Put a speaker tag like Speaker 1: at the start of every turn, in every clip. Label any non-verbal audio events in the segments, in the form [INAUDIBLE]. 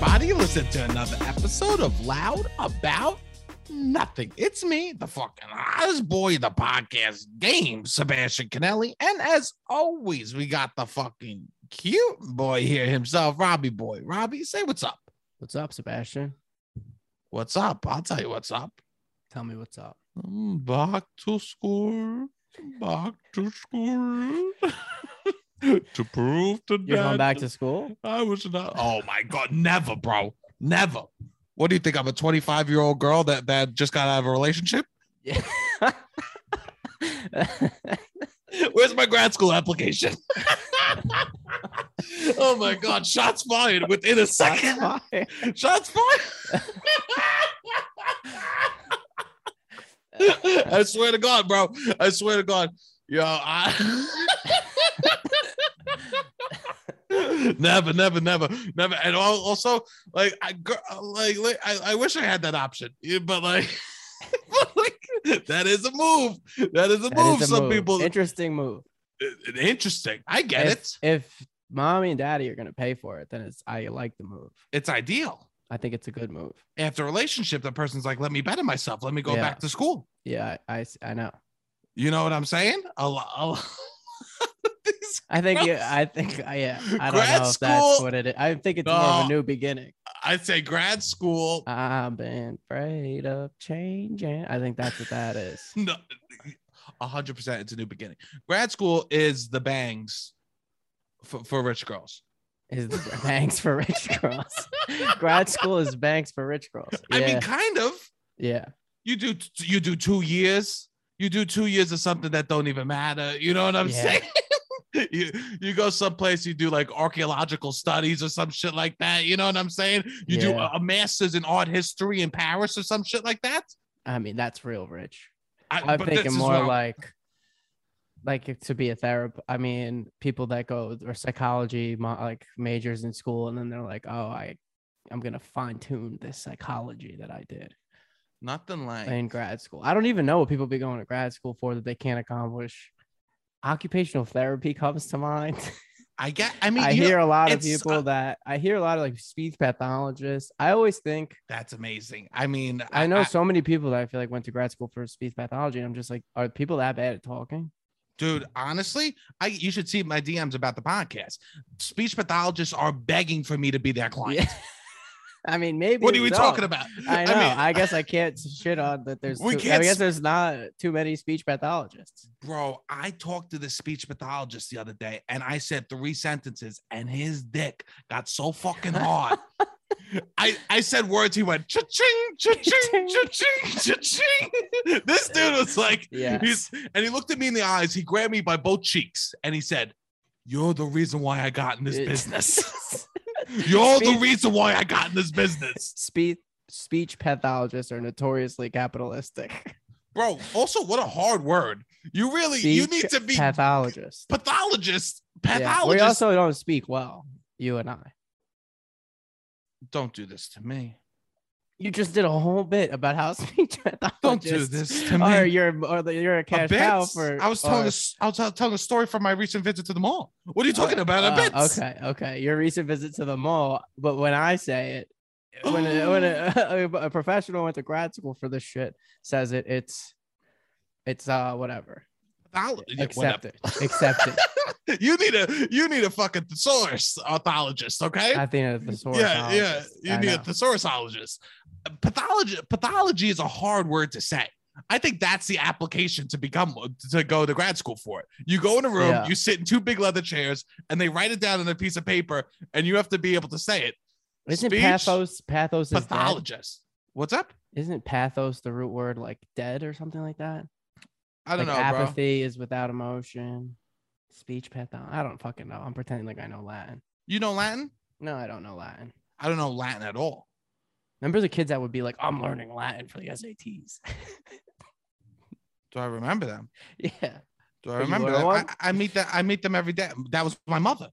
Speaker 1: welcome to another episode of Loud About Nothing. It's me, the fucking Oz Boy, the podcast game, Sebastian Canelli. And as always, we got the fucking cute boy here himself, Robbie Boy. Robbie, say what's up.
Speaker 2: What's up, Sebastian?
Speaker 1: What's up? I'll tell you what's up.
Speaker 2: Tell me what's up.
Speaker 1: I'm back to school. Back to school. [LAUGHS] to prove to
Speaker 2: You're going
Speaker 1: Dad
Speaker 2: back
Speaker 1: that-
Speaker 2: to [LAUGHS] school?
Speaker 1: I was not. Oh my god, never, bro, never. What do you think? I'm a 25 year old girl that that just got out of a relationship.
Speaker 2: Yeah.
Speaker 1: Where's my grad school application? [LAUGHS] oh my god, shots fired within a second. Shots fired. I swear to God, bro. I swear to God. Yo, I. never, never, never, never. And al- also, like, I, gr- like, like I, I wish I had that option, Yeah, but like, [LAUGHS] but, like, that is a move. That is a
Speaker 2: That
Speaker 1: move.
Speaker 2: is a
Speaker 1: Some
Speaker 2: move.
Speaker 1: people,
Speaker 2: Interesting move.
Speaker 1: it- interesting. I get
Speaker 2: if,
Speaker 1: it.
Speaker 2: If mommy and daddy are gonna pay for it, then it's I like the move.
Speaker 1: It's ideal.
Speaker 2: I think it's a good move.
Speaker 1: After a relationship, the person's like, let me better myself. Let me go
Speaker 2: Yeah.
Speaker 1: back to school.
Speaker 2: Yeah, I, I s- I know.
Speaker 1: You know what I'm saying? A lot. A lot. [LAUGHS] These
Speaker 2: I think you,
Speaker 1: Gross.
Speaker 2: I think I- yeah. I don't
Speaker 1: Grad
Speaker 2: know if that's
Speaker 1: school-
Speaker 2: what it is. I think it's more of
Speaker 1: No.
Speaker 2: a new beginning.
Speaker 1: I'd say grad school.
Speaker 2: I've been afraid of changing. I think that's what that is.
Speaker 1: No, a hundred percent. It's a new beginning. Grad school is the bangs for, for rich girls.
Speaker 2: Is the [LAUGHS] banks for rich girls?
Speaker 1: [LAUGHS]
Speaker 2: Grad school is banks for rich girls. Yeah,
Speaker 1: I mean, kind of.
Speaker 2: yeah.
Speaker 1: You do you do two years. You do two years of something that don't even matter. You know what I'm
Speaker 2: Yeah.
Speaker 1: saying? [LAUGHS] you you go someplace. You do like archaeological studies or some shit like that. You know what I'm saying? You do
Speaker 2: Yeah.
Speaker 1: a, a master's in art history in Paris or some shit like that.
Speaker 2: I mean, that's real rich.
Speaker 1: I,
Speaker 2: I'm
Speaker 1: but
Speaker 2: thinking
Speaker 1: this is
Speaker 2: more
Speaker 1: where I'm-
Speaker 2: like like it- to be a therapist. I mean, people that go or psychology mo- like majors in school, and then they're like, "Oh, I, I'm gonna fine tune this psychology that I did
Speaker 1: nothing like
Speaker 2: in grad school." I don't even know what people be going to grad school for that they can't accomplish. Occupational therapy comes to mind.
Speaker 1: I get.
Speaker 2: [LAUGHS]
Speaker 1: I
Speaker 2: I,
Speaker 1: mean, you know-
Speaker 2: hear a lot of
Speaker 1: it's- uh,
Speaker 2: people that I hear a lot of like speech pathologists. I always think
Speaker 1: that's amazing. I mean,
Speaker 2: I know so many people that I feel like went to grad school for speech pathology. And I'm just like, are people that bad at talking?
Speaker 1: dude honestly i you should see my dms about the podcast speech pathologists are begging for me to be their client
Speaker 2: Yeah. I mean, maybe.
Speaker 1: what are we
Speaker 2: so.
Speaker 1: talking about
Speaker 2: [LAUGHS] I know. I,
Speaker 1: mean,
Speaker 2: guess I can't shit on that. There's.
Speaker 1: We
Speaker 2: too- I
Speaker 1: can't
Speaker 2: guess
Speaker 1: s-
Speaker 2: there's not too many speech pathologists.
Speaker 1: bro i talked to the speech pathologist the other day and i said three sentences and his dick got so
Speaker 2: [LAUGHS]
Speaker 1: fucking hard I, I said words. He went cha-ching, cha-ching, cha-ching, cha-ching. [LAUGHS] This dude was like,
Speaker 2: Yeah.
Speaker 1: he's, and he looked at me in the eyes. He grabbed me by both cheeks and he said, "You're the reason why I got in this
Speaker 2: It-
Speaker 1: business."
Speaker 2: [LAUGHS]
Speaker 1: You're the
Speaker 2: Speech-
Speaker 1: reason why I got in this business.
Speaker 2: Speech speech pathologists are notoriously
Speaker 1: [LAUGHS]
Speaker 2: capitalistic.
Speaker 1: Bro, also what a hard word. You really you
Speaker 2: Speech
Speaker 1: need to be
Speaker 2: Pathologists.
Speaker 1: pathologist.
Speaker 2: Yeah. We
Speaker 1: Pathologist.
Speaker 2: also don't speak well. You and I.
Speaker 1: Don't do this to me.
Speaker 2: You just did a whole bit about how [LAUGHS] speech pathologists
Speaker 1: Don't do this to me.
Speaker 2: Or you're or the- you're a
Speaker 1: A
Speaker 2: cash
Speaker 1: bit?
Speaker 2: cow for.
Speaker 1: I was telling
Speaker 2: or-
Speaker 1: this I was tell- telling a story from my recent visit to the mall. What are you talking about? A
Speaker 2: Uh,
Speaker 1: bit.
Speaker 2: okay, okay. Your recent visit to the mall, but when I say it, when a, when
Speaker 1: [GASPS]
Speaker 2: a, [LAUGHS] a professional went to grad school for this shit says it, it's it's uh whatever.
Speaker 1: Patholo- yeah,
Speaker 2: Accept it. Accept it.
Speaker 1: [LAUGHS] whatever. You need a you need a fucking thesaurus pathologist, okay?
Speaker 2: I think it's the source.
Speaker 1: yeah, yeah. You
Speaker 2: I
Speaker 1: need a
Speaker 2: know.
Speaker 1: thesaurusologist. Pathology, pathology is a hard word to say. I think that's the application to become to go to grad school for it. You go in a room,
Speaker 2: Yeah.
Speaker 1: you sit in two big leather chairs, and they write it down on a piece of paper, and you have to be able to say it.
Speaker 2: Isn't
Speaker 1: Speech
Speaker 2: pathos pathos is dead?
Speaker 1: Pathologist. What's up?
Speaker 2: Isn't pathos the root word like dead or something like that?
Speaker 1: I don't
Speaker 2: like
Speaker 1: know, bro.
Speaker 2: apathy is without emotion. Speech pathos. I don't fucking know. I'm pretending like I know Latin.
Speaker 1: You know Latin?
Speaker 2: No, I don't know Latin.
Speaker 1: I don't know Latin at all.
Speaker 2: Remember the kids that would be like, "I'm learning Latin for the [LAUGHS] SATs."
Speaker 1: Do I remember them?
Speaker 2: yeah. But
Speaker 1: Do I
Speaker 2: you
Speaker 1: remember
Speaker 2: were
Speaker 1: them? I,
Speaker 2: one?
Speaker 1: I meet that. I meet them every day. That was my mother.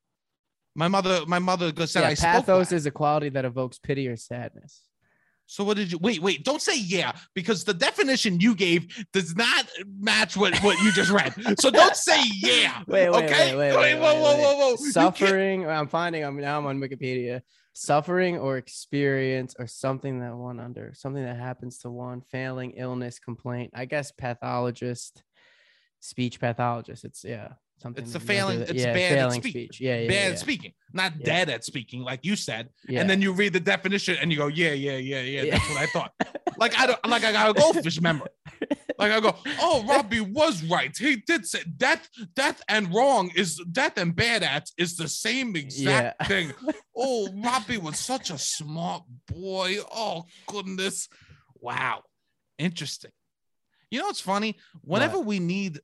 Speaker 1: My mother. My mother goes said
Speaker 2: yeah,
Speaker 1: I spoke
Speaker 2: pathos
Speaker 1: Latin.
Speaker 2: is a quality that evokes pity or sadness.
Speaker 1: So what did you wait, wait, don't say yeah, because the definition you gave does not match what, what you
Speaker 2: [LAUGHS]
Speaker 1: just read. So don't say yeah.
Speaker 2: Wait, wait,
Speaker 1: okay?
Speaker 2: wait, wait, wait,
Speaker 1: whoa,
Speaker 2: wait,
Speaker 1: whoa,
Speaker 2: wait.
Speaker 1: whoa, whoa. You can't-
Speaker 2: Suffering. I'm finding. I'm now. I'm on Wikipedia. suffering or experience or something that one under something that happens to one failing illness complaint i guess pathologist speech pathologist it's yeah something
Speaker 1: It's the
Speaker 2: that-
Speaker 1: failing- it's
Speaker 2: yeah,
Speaker 1: bad at
Speaker 2: failing
Speaker 1: speech.
Speaker 2: speech yeah yeah,
Speaker 1: bad
Speaker 2: yeah.
Speaker 1: at speaking, not
Speaker 2: Yeah.
Speaker 1: dead at speaking, like you said.
Speaker 2: yeah.
Speaker 1: And then you read the definition and you go, yeah, yeah, yeah, yeah.
Speaker 2: Yeah.
Speaker 1: That's what I thought. like I don't like I got a goldfish memory. Like I go,
Speaker 2: [LAUGHS]
Speaker 1: oh, Robbie was right. He did say death, death and wrong is death and bad at is the same exact
Speaker 2: Yeah. [LAUGHS]
Speaker 1: thing. Oh, Robbie was such a smart boy. Oh goodness, wow, interesting. You know what's funny? Whenever we need,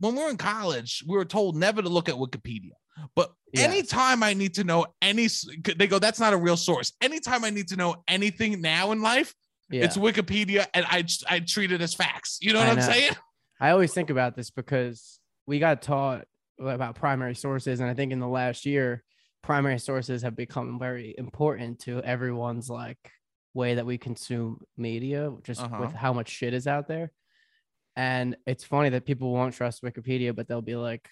Speaker 1: when we're in college, we were told never to look at Wikipedia. But
Speaker 2: Yeah.
Speaker 1: anytime I need to know any, s- they go, that's not a real source. Anytime I need to know anything now in life
Speaker 2: yeah.
Speaker 1: it's Wikipedia, and I I treat it as facts. You know what
Speaker 2: I
Speaker 1: I'm
Speaker 2: know.
Speaker 1: saying?
Speaker 2: I always think about this because we got taught about primary sources, and I think in the last year, primary sources have become very important to everyone's like way that we consume media, just
Speaker 1: Uh-huh.
Speaker 2: with how much shit is out there. And it's funny that people won't trust Wikipedia, but they'll be like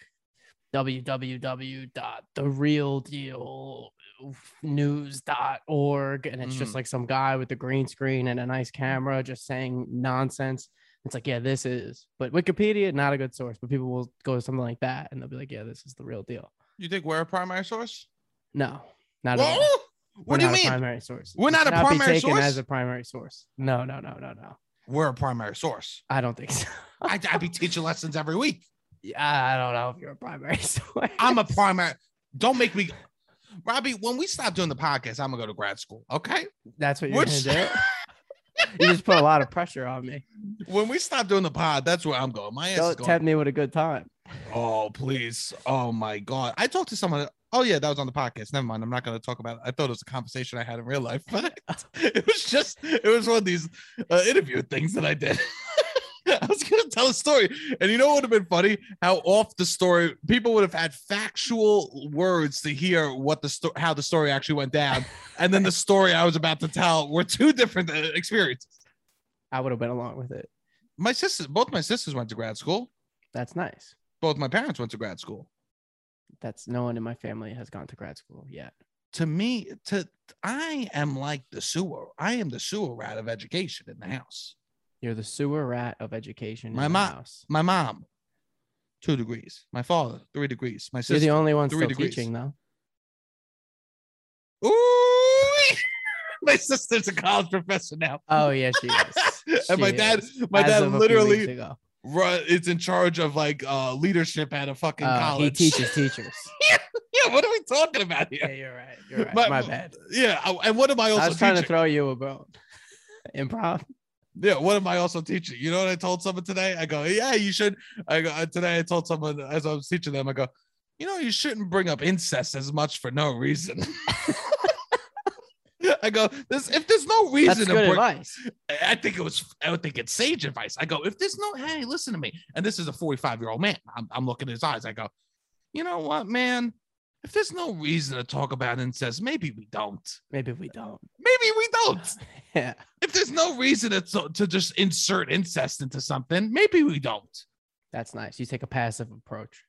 Speaker 2: www.therealdealnews.org, and it's just
Speaker 1: Mhm.
Speaker 2: like some guy with a green screen and a nice camera just saying nonsense. It's like, yeah, this is, but Wikipedia, not a good source, but people will go to something like that and they'll be like, yeah, this is the real deal.
Speaker 1: You think we're a primary source?
Speaker 2: No, not at
Speaker 1: Well,
Speaker 2: all. We're
Speaker 1: what do you
Speaker 2: not a
Speaker 1: mean?
Speaker 2: primary source.
Speaker 1: We're
Speaker 2: It
Speaker 1: not a
Speaker 2: cannot
Speaker 1: primary
Speaker 2: be taken
Speaker 1: source?
Speaker 2: as a primary source. No, no, no, no, no.
Speaker 1: we're a primary source.
Speaker 2: I don't think so. [LAUGHS]
Speaker 1: I I be teaching lessons every week.
Speaker 2: Yeah, I don't know if you're a primary [LAUGHS] source.
Speaker 1: I'm a primary. Don't make me, Robbie. When we stop doing the podcast, I'm gonna go to grad school. Okay.
Speaker 2: That's what you're
Speaker 1: Which-
Speaker 2: gonna
Speaker 1: [LAUGHS]
Speaker 2: do. you just put a lot of pressure on me.
Speaker 1: When we stop doing the pod, that's where I'm going. My ass is
Speaker 2: Don't
Speaker 1: going.
Speaker 2: tempt me with a good time.
Speaker 1: oh please. Oh my god. I talked to someone. Oh yeah, that was on the podcast. Never mind. I'm not gonna talk about it. I thought it was a conversation I had in real life, [LAUGHS] but it was just it was one of these uh, interview things that I did. [LAUGHS] I was gonna tell a story, and you know what would have been funny? How off the story people would have had factual words to hear what the sto- how the story actually went down, and then the story I was about to tell were two different uh, experiences.
Speaker 2: I would have went along with it.
Speaker 1: My sisters, both my sisters went to grad school.
Speaker 2: That's nice.
Speaker 1: Both my parents went to grad school.
Speaker 2: That's no one in my family has gone to grad school yet.
Speaker 1: To me, to I am like the sewer. I am the sewer rat of education in the house.
Speaker 2: You're the sewer rat of education.
Speaker 1: My
Speaker 2: in the
Speaker 1: mom-
Speaker 2: house.
Speaker 1: My mom, two degrees. My father, three degrees. My
Speaker 2: You're
Speaker 1: sister.
Speaker 2: the only one
Speaker 1: three
Speaker 2: still
Speaker 1: degrees.
Speaker 2: teaching though.
Speaker 1: Ooh, [LAUGHS] my sister's a college professor now.
Speaker 2: [LAUGHS]
Speaker 1: [LAUGHS]
Speaker 2: Oh yeah, she is.
Speaker 1: and my
Speaker 2: She
Speaker 1: dad,
Speaker 2: is.
Speaker 1: [LAUGHS] my
Speaker 2: As
Speaker 1: dad
Speaker 2: of a few weeks
Speaker 1: literally
Speaker 2: ago.
Speaker 1: run, is in charge of like uh leadership at a fucking
Speaker 2: Uh, he
Speaker 1: college.
Speaker 2: teaches teachers.
Speaker 1: [LAUGHS] yeah, what are we talking about
Speaker 2: yeah,
Speaker 1: here?
Speaker 2: you're right. You're right.
Speaker 1: My-
Speaker 2: My, bad.
Speaker 1: Yeah, I- and what am I also
Speaker 2: I was trying
Speaker 1: teaching?
Speaker 2: to throw you a bone.
Speaker 1: [LAUGHS]
Speaker 2: Improv.
Speaker 1: yeah, what am I also teaching? You know what I told someone today? I go, yeah, you should. I go uh, today. I told someone as I was teaching them, I go, you know, you shouldn't bring up incest as much for no reason. [LAUGHS] I go, this if there's no reason
Speaker 2: That's
Speaker 1: to
Speaker 2: good
Speaker 1: bring,
Speaker 2: advice.
Speaker 1: I I think it was, I would think it's sage advice. I go, if there's no, hey, listen to me. And this is a 45 year old man. I'm, I'm looking at his eyes. I go, you know what, man? If there's no reason to talk about incest, maybe we don't.
Speaker 2: Maybe we
Speaker 1: [LAUGHS]
Speaker 2: don't. [LAUGHS]
Speaker 1: Maybe we don't.
Speaker 2: Yeah.
Speaker 1: If there's no reason to, to just insert incest into something, maybe we don't.
Speaker 2: That's nice. You take a passive approach.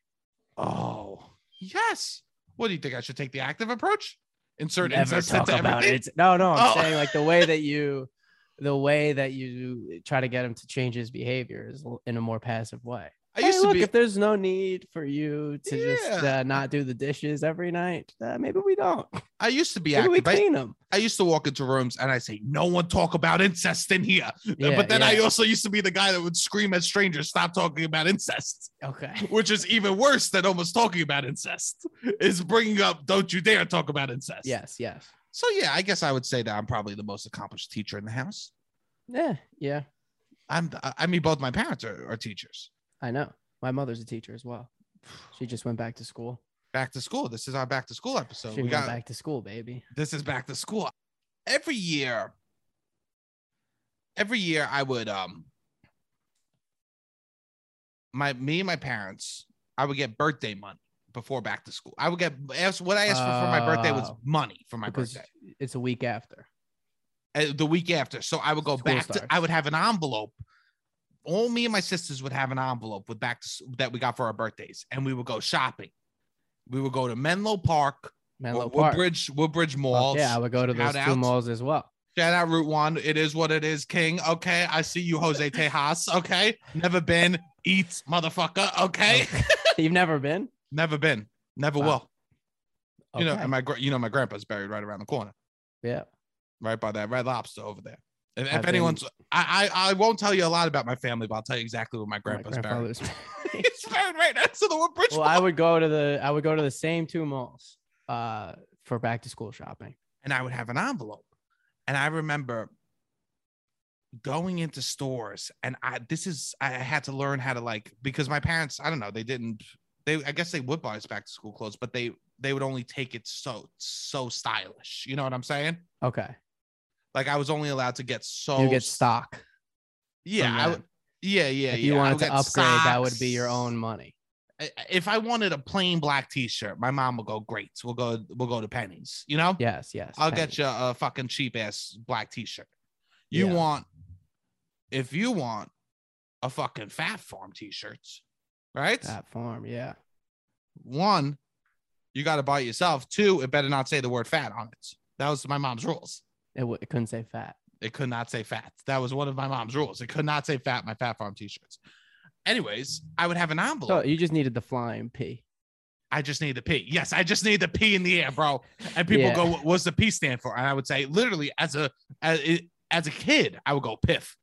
Speaker 1: Oh, yes. What do you think? I should take the active approach? Insert
Speaker 2: Never
Speaker 1: incest
Speaker 2: talk
Speaker 1: into
Speaker 2: about
Speaker 1: everything?
Speaker 2: it. No, no, I'm
Speaker 1: Oh.
Speaker 2: saying like the
Speaker 1: [LAUGHS]
Speaker 2: way that you, the way that you try to get him to change his behavior is l- in a more passive way.
Speaker 1: I
Speaker 2: Hey,
Speaker 1: used to
Speaker 2: look,
Speaker 1: be.
Speaker 2: if there's no need for you to just
Speaker 1: Yeah.
Speaker 2: uh, not do the dishes every night, uh, maybe we don't.
Speaker 1: I used to be
Speaker 2: maybe we
Speaker 1: active. I,
Speaker 2: clean them.
Speaker 1: I used to walk into rooms and I say, "No one talk about incest in here." [LAUGHS] but then I also used to be the guy that would scream at strangers, stop talking about incest, [LAUGHS]
Speaker 2: okay.
Speaker 1: which is even worse than almost talking about incest, is bringing up, don't you dare talk about incest.
Speaker 2: Yes, yes.
Speaker 1: So, yeah, I guess I would say that I'm probably the most accomplished teacher in the house.
Speaker 2: Yeah, yeah.
Speaker 1: I'm, I- I mean, both my parents are,
Speaker 2: [SIGHS]
Speaker 1: are teachers.
Speaker 2: I know. My mother's a teacher as well. She just went back to school.
Speaker 1: Back to school. This is our back to school episode.
Speaker 2: she
Speaker 1: we
Speaker 2: went
Speaker 1: got
Speaker 2: back to school, baby.
Speaker 1: this is back to school. Every year, every year I would um my me and my parents, I would get birthday money before back to school. I would get asked what I asked for for my birthday was
Speaker 2: Oh.
Speaker 1: money for my
Speaker 2: because
Speaker 1: birthday.
Speaker 2: it's a week after.
Speaker 1: uh, the week after. So I would go
Speaker 2: School
Speaker 1: back to
Speaker 2: starts.
Speaker 1: I would have an envelope. All me and my sisters would have an envelope with back to, s- that we got for our birthdays, and we would go shopping. We would go to Menlo Park
Speaker 2: Menlo
Speaker 1: Wood-
Speaker 2: Park.
Speaker 1: Woodbridge, Woodbridge
Speaker 2: Fuck
Speaker 1: Malls.
Speaker 2: yeah, I would go to those
Speaker 1: Shout
Speaker 2: two
Speaker 1: outs.
Speaker 2: malls as well.
Speaker 1: Shout out Route One. It is what it is, King. Okay, I see you, Jose
Speaker 2: [LAUGHS]
Speaker 1: Tejas. Okay, never been. Eats, motherfucker. Okay,
Speaker 2: [LAUGHS] You've never been?
Speaker 1: never been. Never
Speaker 2: Wow.
Speaker 1: will. You know,
Speaker 2: Okay.
Speaker 1: and my gr- you know my grandpa's buried right around the corner,
Speaker 2: yeah.
Speaker 1: right by that Red Lobster over there. If,
Speaker 2: I've
Speaker 1: if
Speaker 2: been-
Speaker 1: anyone's, I, I I won't tell you a lot about my family, but I'll tell you exactly where my
Speaker 2: my
Speaker 1: grandpa's buried. [LAUGHS]
Speaker 2: grandfather's-
Speaker 1: He's buried right next to the
Speaker 2: [LAUGHS]
Speaker 1: Woodbridge.
Speaker 2: well, I would go to the I would go to the same two malls uh for back to school shopping.
Speaker 1: and I would have an envelope. And I remember going into stores, and I this is I had to learn how to like because my parents I don't know they didn't they I guess they would buy us back to school clothes, but they they would only take it so so stylish. You know what I'm saying?
Speaker 2: Okay.
Speaker 1: Like I was only allowed to get so
Speaker 2: You get stock.
Speaker 1: yeah
Speaker 2: from
Speaker 1: I
Speaker 2: that.
Speaker 1: would, yeah yeah
Speaker 2: if
Speaker 1: yeah.
Speaker 2: you
Speaker 1: I
Speaker 2: wanted
Speaker 1: would
Speaker 2: to
Speaker 1: get
Speaker 2: upgrade, that would be your
Speaker 1: socks.
Speaker 2: own money.
Speaker 1: I- If I wanted a plain black T-shirt, my mom would go great. We'll go we'll go to pennies. You know?
Speaker 2: Yes, yes.
Speaker 1: I'll
Speaker 2: pennies.
Speaker 1: get you a fucking cheap ass black t-shirt. You
Speaker 2: Yeah.
Speaker 1: want if you want a fucking fat farm t-shirts, right?
Speaker 2: that form. Yeah.
Speaker 1: One, you gotta buy it yourself. Two, it better not say the word fat on it. That was my mom's rules.
Speaker 2: It, w- it couldn't say fat.
Speaker 1: It could not say fat. That was one of my mom's rules. It could not say fat, my fat farm t-shirts. Anyways, I would have an
Speaker 2: So
Speaker 1: envelope.
Speaker 2: you just needed the flying P.
Speaker 1: I just need the P. Yes, I just need the P in the air, bro. And people
Speaker 2: Yeah.
Speaker 1: go, "What- "What's the P stand for?" And I would say, literally, as a as, as a kid, I would go piff.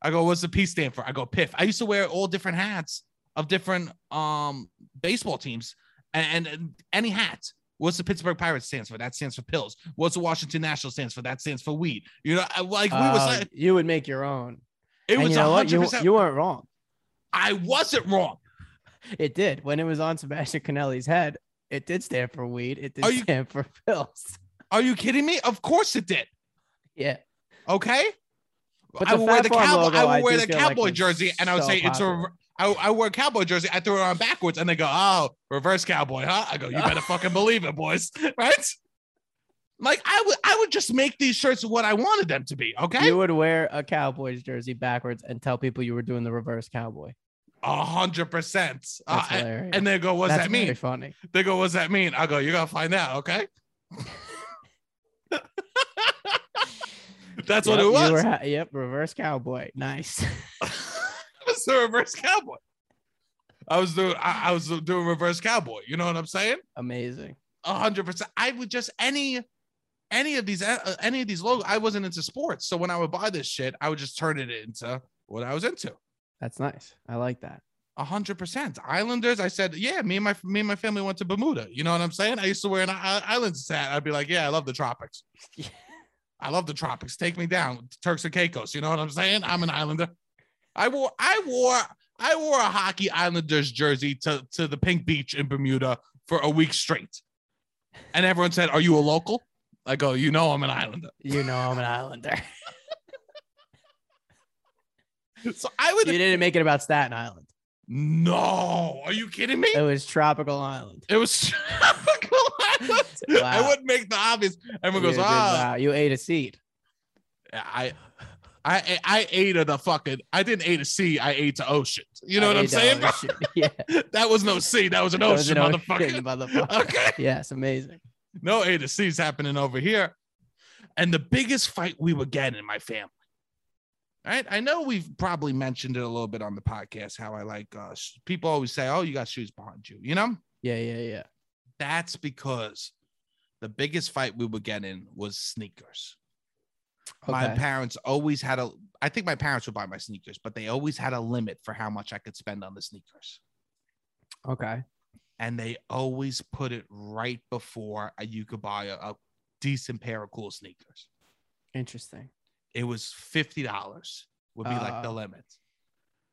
Speaker 1: I go, "What's the P stand for?" I go piff. I used to wear all different hats of different um baseball teams, and, and any hat. What's the Pittsburgh Pirates stands for? That stands for pills. What's the Washington National stands for? That stands for weed. You know, I- like we was
Speaker 2: Uh,
Speaker 1: like,
Speaker 2: you would make your own.
Speaker 1: it
Speaker 2: And
Speaker 1: was
Speaker 2: you know what?
Speaker 1: hundred
Speaker 2: You,
Speaker 1: percent.
Speaker 2: you weren't wrong.
Speaker 1: I wasn't wrong.
Speaker 2: It did. When it was on Sebastian Canelli's head, it did stand for weed. It did
Speaker 1: Are you-
Speaker 2: stand for [LAUGHS] pills.
Speaker 1: Are you kidding me? Of course it did.
Speaker 2: Yeah.
Speaker 1: Okay.
Speaker 2: But
Speaker 1: I
Speaker 2: the
Speaker 1: would wear
Speaker 2: Fat
Speaker 1: the
Speaker 2: Farm
Speaker 1: cowboy.
Speaker 2: logo,
Speaker 1: I
Speaker 2: I
Speaker 1: would wear
Speaker 2: do
Speaker 1: the
Speaker 2: feel like
Speaker 1: cowboy
Speaker 2: was
Speaker 1: jersey, and I would
Speaker 2: so
Speaker 1: say it's a.
Speaker 2: popular.
Speaker 1: re- I, I wear cowboy jersey. I threw it on backwards, and they go, "Oh, reverse cowboy, huh?" I go, "You better fucking believe it, boys, [LAUGHS] right?" Like I would, I would just make these shirts what I wanted them to be. Okay,
Speaker 2: You would wear a Cowboys jersey backwards and tell people you were doing the reverse cowboy.
Speaker 1: a hundred percent. Uh,
Speaker 2: That's
Speaker 1: And
Speaker 2: hilarious.
Speaker 1: and they go, "What's
Speaker 2: That's
Speaker 1: that
Speaker 2: Very
Speaker 1: mean?"
Speaker 2: funny.
Speaker 1: They go, "What's that mean?" I go, "You gotta find out." Okay. [LAUGHS] That's what
Speaker 2: Yep,
Speaker 1: it was.
Speaker 2: You were ha- yep, reverse cowboy. Nice. [LAUGHS]
Speaker 1: [LAUGHS] I was the reverse cowboy. I was doing I, I was doing reverse cowboy. You know what I'm saying?
Speaker 2: Amazing.
Speaker 1: A hundred percent. I would just any any of these uh, any of these logos. I wasn't into sports, so when I would buy this shit, I would just turn it into what I was into.
Speaker 2: That's nice. I like that.
Speaker 1: A hundred percent. Islanders. I said, yeah. Me and my me and my family went to Bermuda. You know what I'm saying? I used to wear an I- I- Islands hat. I'd be like, yeah, I love the tropics. I love the tropics. Take me down, Turks and Caicos. You know what I'm saying? I'm an Islander. I wore, I wore, I wore a hockey Islanders jersey to to the pink beach in Bermuda for a week straight, and everyone said, "Are you a local?" I go, "You know, I'm an Islander."
Speaker 2: You know I'm
Speaker 1: [LAUGHS]
Speaker 2: an Islander.
Speaker 1: So I
Speaker 2: you
Speaker 1: would
Speaker 2: didn't make it about Staten Island.
Speaker 1: no. Are you kidding me?
Speaker 2: It was tropical island.
Speaker 1: It was tropical islands. [LAUGHS] I
Speaker 2: Wow.
Speaker 1: wouldn't make the obvious. Everyone
Speaker 2: You
Speaker 1: goes,
Speaker 2: did-
Speaker 1: "Ah,
Speaker 2: wow, you ate a seed.
Speaker 1: I." I, I ate at the fucking I didn't ate a sea I ate to ocean you know
Speaker 2: I
Speaker 1: what I'm
Speaker 2: ate a
Speaker 1: saying bro?
Speaker 2: ocean. [LAUGHS] Yeah.
Speaker 1: [LAUGHS] That was no C. That was an
Speaker 2: That was
Speaker 1: ocean,
Speaker 2: an
Speaker 1: motherfucker.
Speaker 2: [LAUGHS] motherfucker.
Speaker 1: [LAUGHS] Okay.
Speaker 2: Yes, amazing.
Speaker 1: No A to C's happening over here. And the biggest fight we would get in my family. All right. I know we've probably mentioned it a little bit on the podcast how I like uh, sh- people always say, oh, you got shoes behind you. You know,
Speaker 2: Yeah, yeah, yeah.
Speaker 1: that's because the biggest fight we would get in was sneakers. My
Speaker 2: Okay.
Speaker 1: parents always had a, I think my parents would buy my sneakers, but they always had a limit for how much I could spend on the sneakers.
Speaker 2: okay.
Speaker 1: and they always put it right before uh, you could buy a, a decent pair of cool sneakers.
Speaker 2: Interesting.
Speaker 1: It was fifty dollars would be like the
Speaker 2: Uh.
Speaker 1: limit.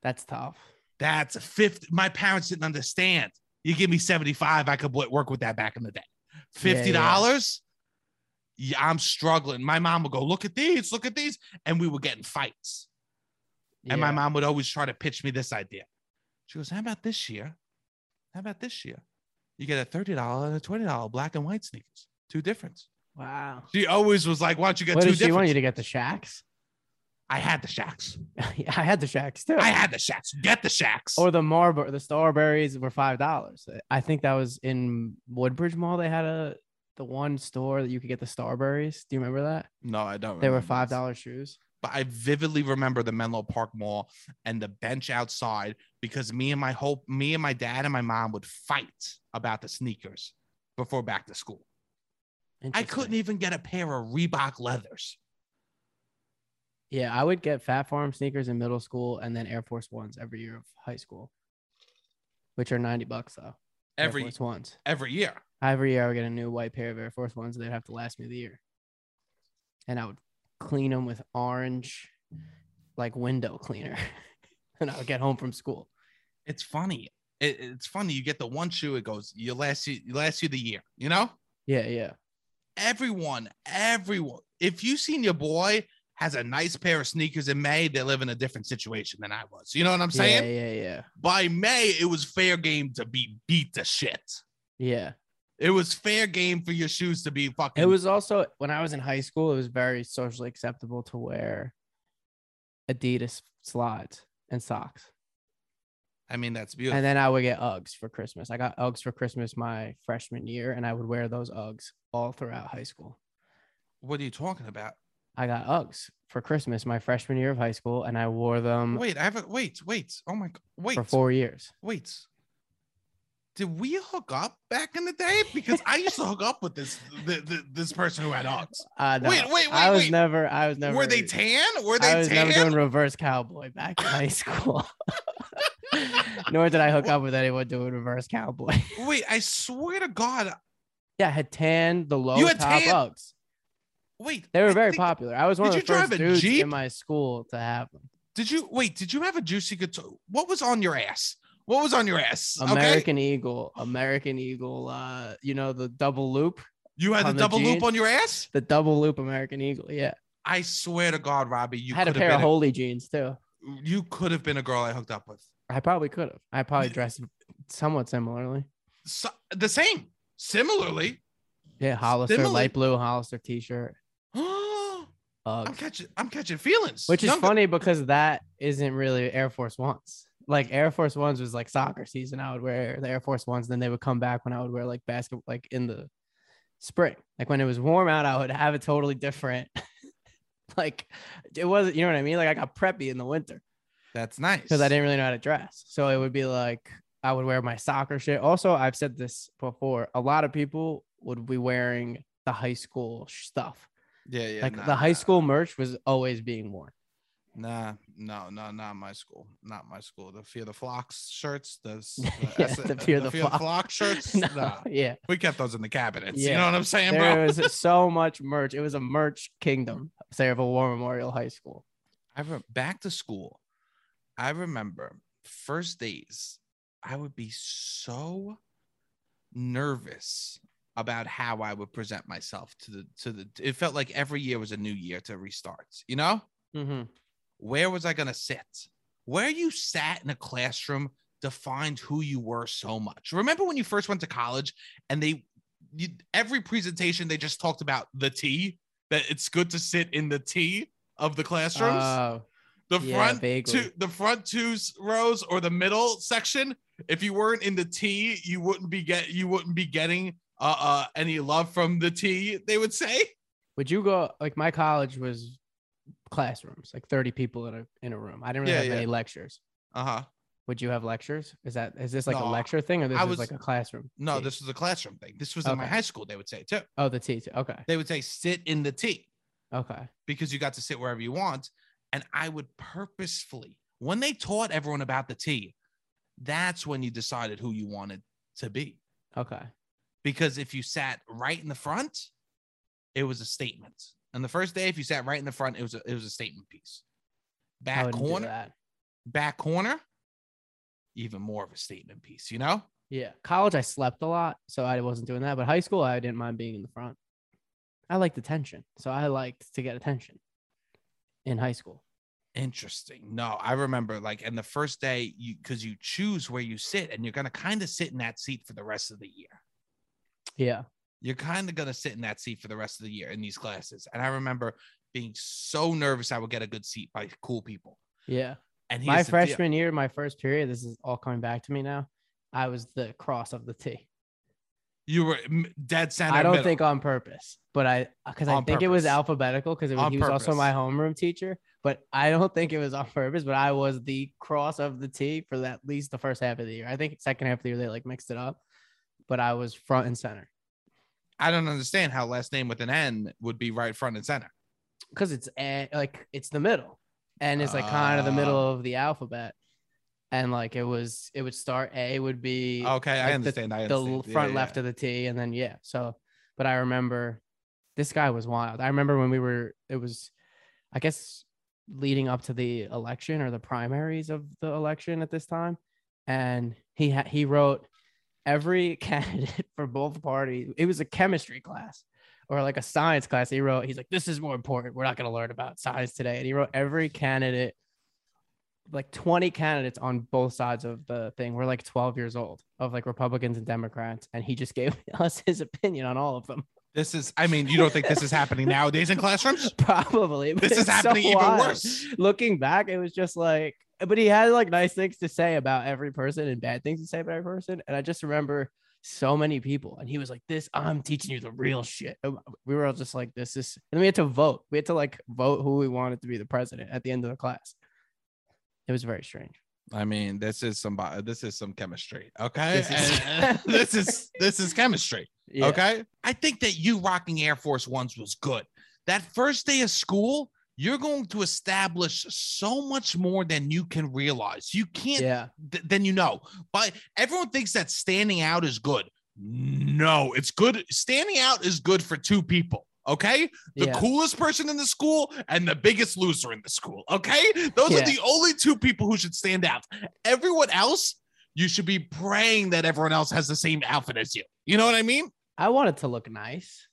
Speaker 2: That's tough.
Speaker 1: That's fifty. My parents didn't understand. You give me seventy five, I could wo- work with that back in the day.
Speaker 2: Yeah, yeah.
Speaker 1: Fifty dollars. Yeah, I'm struggling. My mom would go, look at these, look at these. And we would get in fights. And my
Speaker 2: Yeah.
Speaker 1: mom would always try to pitch me this idea. She goes, How about this year? How about this year? You get a $30 and a $20 black and white sneakers. Two different.
Speaker 2: Wow.
Speaker 1: She always was like, Why don't you get
Speaker 2: What
Speaker 1: two
Speaker 2: did she want you
Speaker 1: different?
Speaker 2: to get the shacks? [LAUGHS]
Speaker 1: I had the shacks.
Speaker 2: Yeah, I had the shacks too.
Speaker 1: I had the shacks. Get the shacks.
Speaker 2: or the Marlboro, the Starberries were five dollars. I think that was in Woodbridge Mall. They had a the one store that you could get the Starberries. Do you remember that?
Speaker 1: No, I don't.
Speaker 2: They were
Speaker 1: remember
Speaker 2: five
Speaker 1: this.
Speaker 2: dollar shoes.
Speaker 1: But I vividly remember the Menlo Park Mall and the bench outside because me and my whole, me and my dad and my mom would fight about the sneakers before back to school. I couldn't
Speaker 2: Interesting.
Speaker 1: even get a pair of Reebok leathers.
Speaker 2: Yeah, I would get Fat Farm sneakers in middle school and then Air Force Ones every year of high school, which are ninety bucks though. Air
Speaker 1: Every
Speaker 2: Force Ones.
Speaker 1: every year.
Speaker 2: Every year I would get a new white pair of Air Force Ones. They'd have to last me the year, and I would clean them with orange, like window cleaner, [LAUGHS] and I would get home from school.
Speaker 1: It's funny. It, it's funny. You get the one shoe, it goes, you last you you last you the year, you know?
Speaker 2: Yeah, yeah.
Speaker 1: Everyone, everyone. If you seen your boy has a nice pair of sneakers in May, they live in a different situation than I was. You know what I'm saying?
Speaker 2: Yeah, yeah, yeah.
Speaker 1: By May, it was fair game to be beat to shit.
Speaker 2: Yeah.
Speaker 1: It was fair game for your shoes to be fucking
Speaker 2: It was also when I was in high school, it was very socially acceptable to wear Adidas slides and socks.
Speaker 1: I mean, that's beautiful.
Speaker 2: And then I would get Uggs for Christmas. I got Uggs for Christmas my freshman year, and I would wear those Uggs all throughout high school.
Speaker 1: what are you talking about?
Speaker 2: I got Uggs for Christmas my freshman year of high school, and I wore them
Speaker 1: Wait, I haven't wait, wait. Oh my god. Wait.
Speaker 2: Mm. for four years.
Speaker 1: Wait. Did we hook up back in the day? Because I used to hook up with this th- th- this person who had Uggs.
Speaker 2: Uh, no,
Speaker 1: Wait, wait,
Speaker 2: I
Speaker 1: wait,
Speaker 2: was
Speaker 1: wait.
Speaker 2: never, I was never,
Speaker 1: Were they tan? Were
Speaker 2: I
Speaker 1: they
Speaker 2: was never doing
Speaker 1: tan?
Speaker 2: reverse cowboy back in high school. [LAUGHS] Nor did I hook up with anyone doing reverse cowboy. [LAUGHS]
Speaker 1: Wait, I swear to God.
Speaker 2: Yeah, I had tan, the low
Speaker 1: had
Speaker 2: top
Speaker 1: tan?
Speaker 2: Uggs.
Speaker 1: Wait,
Speaker 2: They were
Speaker 1: I
Speaker 2: very
Speaker 1: think-
Speaker 2: popular. I was one of the
Speaker 1: Did you drive
Speaker 2: first
Speaker 1: a
Speaker 2: dudes
Speaker 1: Jeep?
Speaker 2: in my school to have them.
Speaker 1: Did you wait? Did you have a juicy guitar? What was on your ass? What was on your ass? Okay,
Speaker 2: American Eagle, American Eagle. Uh, you know the double loop,
Speaker 1: you had the
Speaker 2: on the
Speaker 1: double loop
Speaker 2: jeans?
Speaker 1: on your ass.
Speaker 2: the double loop American Eagle. Yeah,
Speaker 1: I swear to God, Robbie, you
Speaker 2: I had a
Speaker 1: could have
Speaker 2: pair of
Speaker 1: been.
Speaker 2: holy jeans too.
Speaker 1: A, you could have been a girl I hooked up with.
Speaker 2: I probably could have. I probably
Speaker 1: Yeah.
Speaker 2: dressed somewhat similarly.
Speaker 1: So, the same, similarly. [GASPS]
Speaker 2: Yeah, Hollister,
Speaker 1: Similar-
Speaker 2: light blue Hollister t-shirt.
Speaker 1: I'm
Speaker 2: Uggs.
Speaker 1: catching. I'm catching feelings.
Speaker 2: Which is
Speaker 1: Younger-
Speaker 2: funny because that isn't really Air Force Ones. Like Air Force Ones was like soccer season. I would wear the Air Force Ones, then they would come back when I would wear like basketball, like in the spring. Like when it was warm out, I would have it totally different. [LAUGHS] like it wasn't, you know what I mean? Like I got preppy in the winter
Speaker 1: That's nice.
Speaker 2: because I didn't really know how to dress. So it would be like I would wear my soccer shit. Also, I've said this before. A lot of people would be wearing the high school stuff.
Speaker 1: Yeah, yeah.
Speaker 2: like
Speaker 1: nah,
Speaker 2: the high
Speaker 1: nah.
Speaker 2: school merch was always being worn.
Speaker 1: Nah, no, no, not my school. Not my school. The Fear the Flocks shirts. The,
Speaker 2: [LAUGHS]
Speaker 1: s-
Speaker 2: Yeah,
Speaker 1: S- uh,
Speaker 2: the Fear the Flock.
Speaker 1: Flock [LAUGHS]
Speaker 2: [LAUGHS]
Speaker 1: shirts.
Speaker 2: No,
Speaker 1: Nah,
Speaker 2: yeah.
Speaker 1: we kept those in the cabinets. You
Speaker 2: Yeah.
Speaker 1: know what I'm saying, bro?
Speaker 2: there was so much merch. It was a merch kingdom, Saraval War Memorial High School.
Speaker 1: I re- back to school. I remember first days. I would be so nervous about how I would present myself to the to the. It felt like every year was a new year to restart. You know.
Speaker 2: Mm-hmm.
Speaker 1: Where was I going to sit? Where you sat in a classroom defined who you were so much. Remember when you first went to college and they, you, every presentation, they just talked about the T, that it's good to sit in the T of the classrooms,
Speaker 2: Oh,
Speaker 1: the
Speaker 2: yeah,
Speaker 1: front
Speaker 2: vaguely.
Speaker 1: two, the front two s- rows or the middle section. If you weren't in the T, you wouldn't be get, you wouldn't be getting uh, uh any love from the T. They would say.
Speaker 2: would you go? Like my college was classrooms, like thirty people in a in a room. I didn't really
Speaker 1: Yeah,
Speaker 2: have
Speaker 1: yeah.
Speaker 2: any lectures.
Speaker 1: Uh
Speaker 2: Uh-huh.
Speaker 1: huh.
Speaker 2: Would you have lectures? Is that is this like
Speaker 1: No,
Speaker 2: a lecture thing or this
Speaker 1: I
Speaker 2: is
Speaker 1: was-
Speaker 2: like a classroom?
Speaker 1: No,
Speaker 2: thing?
Speaker 1: this was a classroom thing. This was in my
Speaker 2: Okay.
Speaker 1: high school. They would say too.
Speaker 2: Oh, the T. Okay,
Speaker 1: they would say sit in the T
Speaker 2: okay.
Speaker 1: because you got to sit wherever you want. And I would purposefully, when they taught everyone about the T, that's when you decided who you wanted to be.
Speaker 2: Okay.
Speaker 1: Because if you sat right in the front, it was a statement. And the first day, if you sat right in the front, it was a, it was a statement piece.
Speaker 2: I
Speaker 1: Back
Speaker 2: wouldn't do
Speaker 1: corner,
Speaker 2: that.
Speaker 1: back corner, even more of a statement piece. You know,
Speaker 2: Yeah. College, I slept a lot, so I wasn't doing that. But high school, I didn't mind being in the front. I liked attention, so I liked to get attention in high school.
Speaker 1: Interesting. No, I remember like, and the first day you because you choose where you sit, and you're gonna kind of sit in that seat for the rest of the year.
Speaker 2: Yeah.
Speaker 1: You're kind of gonna sit in that seat for the rest of the year in these classes. And I remember being so nervous I would get a good seat by cool people.
Speaker 2: Yeah.
Speaker 1: And
Speaker 2: My
Speaker 1: here's the deal.
Speaker 2: freshman year, my first period, this is all coming back to me now. I was the cross of the T.
Speaker 1: You were m- dead center.
Speaker 2: I don't
Speaker 1: middle.
Speaker 2: think on purpose, but I because I
Speaker 1: On
Speaker 2: think it was
Speaker 1: purpose.
Speaker 2: alphabetical because he
Speaker 1: On
Speaker 2: was also
Speaker 1: purpose.
Speaker 2: my homeroom teacher. But I don't think it was on purpose. But I was the cross of the T for at least the first half of the year. I think second half of the year they like mixed it up, but I was front and center
Speaker 1: I don't understand how last name with an N would be right front and center.
Speaker 2: because it's eh, like it's the middle, and it's like kind of the
Speaker 1: Ah.
Speaker 2: middle of the alphabet, and like it was it would start A would be
Speaker 1: Okay,
Speaker 2: Like
Speaker 1: I
Speaker 2: the-
Speaker 1: understand. I
Speaker 2: the
Speaker 1: understand.
Speaker 2: l-
Speaker 1: Yeah,
Speaker 2: front
Speaker 1: yeah,
Speaker 2: left of the tee, and then yeah. So, but I remember this guy was wild. I remember when we were. It was, I guess, leading up to the election or the primaries of the election at this time, and he ha- he wrote every [LAUGHS] candidate for both parties. It was a chemistry class or like a science class. He wrote. He's like, this is more important. We're not going to learn about science today. And he wrote every candidate. Like 20 candidates on both sides of the thing. We're like 12 years old of like Republicans and Democrats. And he just gave [LAUGHS] us his opinion on all of
Speaker 1: [LAUGHS]
Speaker 2: them.
Speaker 1: This is. I mean, you don't think this
Speaker 2: [LAUGHS]
Speaker 1: is happening nowadays in classrooms?
Speaker 2: Probably. but
Speaker 1: This is
Speaker 2: it's so
Speaker 1: happening even
Speaker 2: wild.
Speaker 1: worse.
Speaker 2: Looking back, it was just like, but he had like nice things to say about every person and bad things to say about every person. And I just remember so many people. And he was like, This, I'm teaching you the real shit. And We were all just like, This is, and we had to vote. We had to like vote who we wanted to be the president at the end of the class. It was very strange.
Speaker 1: I mean, this is some. bi- This is some chemistry. Okay,
Speaker 2: This is- [LAUGHS]
Speaker 1: And- [LAUGHS] and this is this is chemistry.
Speaker 2: Yeah.
Speaker 1: Okay. I think that you rocking Air Force Ones was good. That first day of school, you're going to establish so much more than you can realize. You can't,
Speaker 2: Yeah.
Speaker 1: th- than you know. But everyone thinks that standing out is good. No, it's good. Standing out is good for two people. Okay. The
Speaker 2: yeah.
Speaker 1: coolest person in the school and the biggest loser in the school. Okay. Those
Speaker 2: Yeah.
Speaker 1: are the only two people who should stand out. Everyone else, you should be praying that everyone else has the same outfit as you. You know what I mean?
Speaker 2: I wanted to look nice.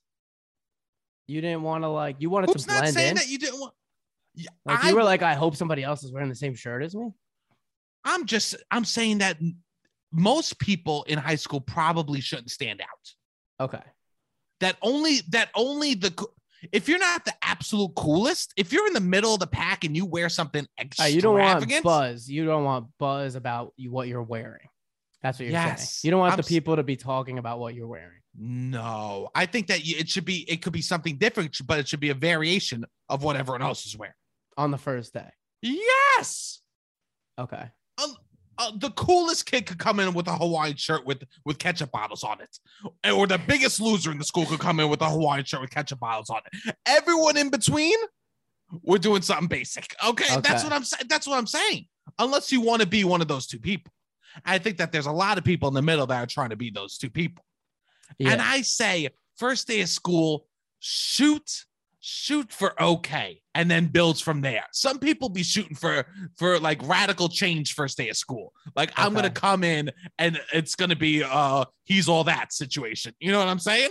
Speaker 2: You didn't want to like. You wanted
Speaker 1: Who's
Speaker 2: to blend
Speaker 1: not saying
Speaker 2: in.
Speaker 1: that you didn't want? Y-
Speaker 2: like
Speaker 1: I,
Speaker 2: you were like, I hope somebody else is wearing the same shirt as me.
Speaker 1: I'm just, I'm saying that m- most people in high school probably shouldn't stand out.
Speaker 2: Okay.
Speaker 1: That only, that only the, co- if you're not the absolute coolest, if you're in the middle of the pack and you wear something
Speaker 2: All right,
Speaker 1: extravagant,
Speaker 2: you don't want buzz. You don't want buzz about you, what you're wearing. That's what you're
Speaker 1: Yes.
Speaker 2: saying. You don't want
Speaker 1: I'm
Speaker 2: the
Speaker 1: s-
Speaker 2: people to be talking about what you're wearing.
Speaker 1: no, I think that you, it should be, it could be something different, but it should be a variation of what everyone else is wearing.
Speaker 2: on the first day.
Speaker 1: Yes.
Speaker 2: Okay.
Speaker 1: uh, the coolest kid could come in with a Hawaiian shirt with with ketchup bottles on it, And- or the biggest loser in the school could come in with a Hawaiian shirt with ketchup bottles on it. Everyone in between, we're doing something basic. Okay, that's
Speaker 2: Okay.
Speaker 1: what I'm saying. That's what I'm saying. Unless you want to be one of those two people, I think that there's a lot of people in the middle that are trying to be those two people.
Speaker 2: Yeah.
Speaker 1: And I say, first day of school, shoot, shoot for okay, and then builds from there. Some people be shooting for for like radical change first day of school. Like I'm
Speaker 2: Okay.
Speaker 1: gonna come in and it's gonna be uh he's all that situation. You know what I'm saying?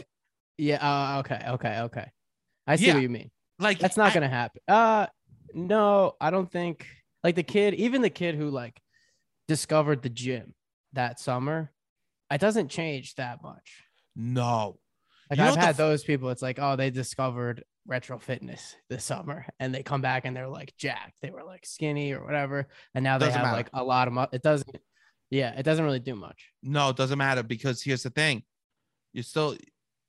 Speaker 2: yeah. Uh, okay. Okay. Okay. I see
Speaker 1: Yeah.
Speaker 2: what you mean.
Speaker 1: Like
Speaker 2: That's not
Speaker 1: I-
Speaker 2: going to happen. Uh, no, I don't think like the kid, even the kid who like discovered the gym that summer, it doesn't change that much.
Speaker 1: no.
Speaker 2: Like
Speaker 1: You know
Speaker 2: I've
Speaker 1: what the
Speaker 2: had
Speaker 1: f-
Speaker 2: those people. It's like, oh, they discovered retro fitness this summer, and they come back and they're like jacked. They were like skinny or whatever, and now they
Speaker 1: Doesn't
Speaker 2: have
Speaker 1: matter.
Speaker 2: like a lot of. Mu- it doesn't. Yeah, it doesn't really do much.
Speaker 1: No, it doesn't matter because here's the thing. You still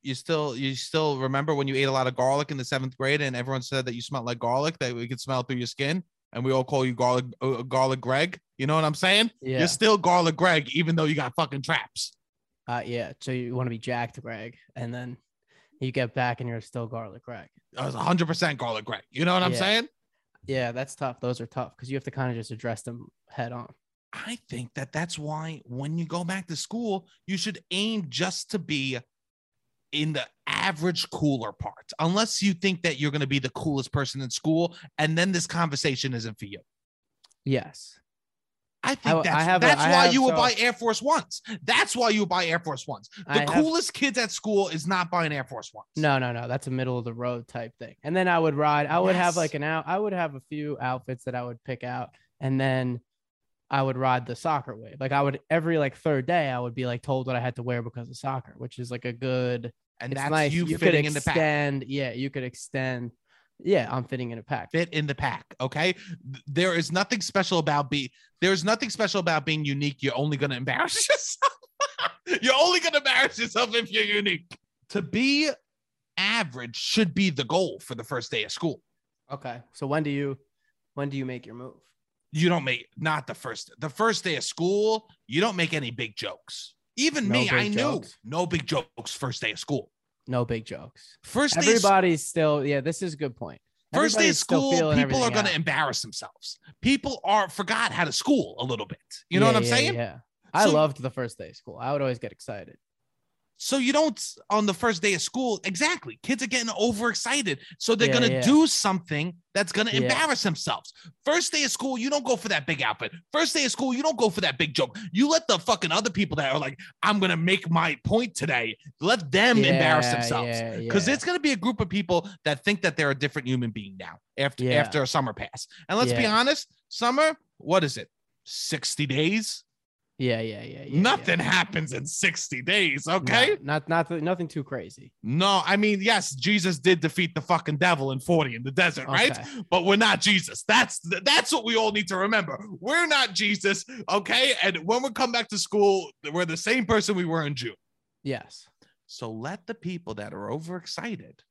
Speaker 1: you still you still remember when you ate a lot of garlic in the seventh grade and everyone said that you smelled like garlic, that we could smell through your skin, and we all call you garlic uh, garlic Greg. You know what I'm saying?
Speaker 2: Yeah.
Speaker 1: You're still garlic Greg, even though you got fucking traps.
Speaker 2: uh, yeah. So you want to be jacked, Greg, and then you get back and you're still garlic, Greg.
Speaker 1: I was 100% garlic Greg. You know what I'm
Speaker 2: Yeah.
Speaker 1: saying?
Speaker 2: Yeah, that's tough. Those are tough because you have to kind of just address them head on.
Speaker 1: I think that that's why when you go back to school, you should aim just to be in the average cooler part, unless you think that you're going to be the coolest person in school. And then this conversation isn't for you.
Speaker 2: Yes.
Speaker 1: I think
Speaker 2: I
Speaker 1: that's,
Speaker 2: have a-
Speaker 1: that's
Speaker 2: I
Speaker 1: why
Speaker 2: have
Speaker 1: you would
Speaker 2: so-
Speaker 1: buy Air Force Ones. That's why you would buy Air Force Ones. The
Speaker 2: I have-
Speaker 1: coolest kids at school is not buying Air Force Ones.
Speaker 2: No, no, no. That's a middle of the road type thing. And then I would ride. I would have
Speaker 1: Yes.
Speaker 2: like an out. I would have a few outfits that I would pick out, and then I would ride the soccer wave. Like I would every like third day, I would be like told what I had to wear because of soccer, which is like a good.
Speaker 1: And
Speaker 2: it's
Speaker 1: that's
Speaker 2: nice.
Speaker 1: you,
Speaker 2: You could
Speaker 1: fitting in the pack.
Speaker 2: extend. Yeah, you could extend. Yeah, I'm fitting in a pack.
Speaker 1: fit in the pack. Okay. Th- There is nothing special about be there's nothing special about being unique. You're only gonna embarrass [LAUGHS] yourself. You're only gonna embarrass yourself if you're unique. To be average should be the goal for the first day of school.
Speaker 2: Okay. So when do you when do you make your move?
Speaker 1: You don't make not the first the first day of school. You don't make any big jokes. Even
Speaker 2: No
Speaker 1: me,
Speaker 2: big
Speaker 1: I knew
Speaker 2: jokes.
Speaker 1: no big jokes first day of school.
Speaker 2: No big jokes.
Speaker 1: First day, of,
Speaker 2: Everybody's still yeah, this is a good point.
Speaker 1: first day of
Speaker 2: Everybody's still
Speaker 1: school,
Speaker 2: feeling
Speaker 1: people are
Speaker 2: everything
Speaker 1: going to
Speaker 2: out.
Speaker 1: embarrass themselves. People are forgot how to school a little bit. You know
Speaker 2: Yeah,
Speaker 1: what I'm
Speaker 2: yeah,
Speaker 1: saying?
Speaker 2: Yeah. I
Speaker 1: So-
Speaker 2: loved the first day of school. I would always get excited.
Speaker 1: So you don't on the first day of school. Exactly. Kids are getting overexcited. So they're
Speaker 2: Yeah,
Speaker 1: gonna
Speaker 2: yeah.
Speaker 1: do something that's gonna
Speaker 2: Yeah.
Speaker 1: embarrass themselves. First day of school, you don't go for that big outfit. First day of school, you don't go for that big joke. You let the fucking other people that are like, I'm gonna make my point today, let them embarrass
Speaker 2: Yeah,
Speaker 1: themselves.
Speaker 2: yeah,
Speaker 1: Because
Speaker 2: yeah.
Speaker 1: it's gonna be a group of people that think that they're a different human being now after
Speaker 2: Yeah.
Speaker 1: after a summer pass. And let's be
Speaker 2: Yeah.
Speaker 1: honest, summer, what is it? 60 days?
Speaker 2: yeah, yeah, yeah, yeah, yeah.
Speaker 1: Nothing happens in 60 days,
Speaker 2: No,
Speaker 1: okay?
Speaker 2: not not nothing too crazy.
Speaker 1: No, I mean, yes, Jesus did defeat the fucking devil in 40 in the desert, right?
Speaker 2: Okay.
Speaker 1: But we're not Jesus. That's that's what we all need to remember. We're not Jesus, okay? And when we come back to school, we're the same person we were in June.
Speaker 2: Yes.
Speaker 1: So let the people that are overexcited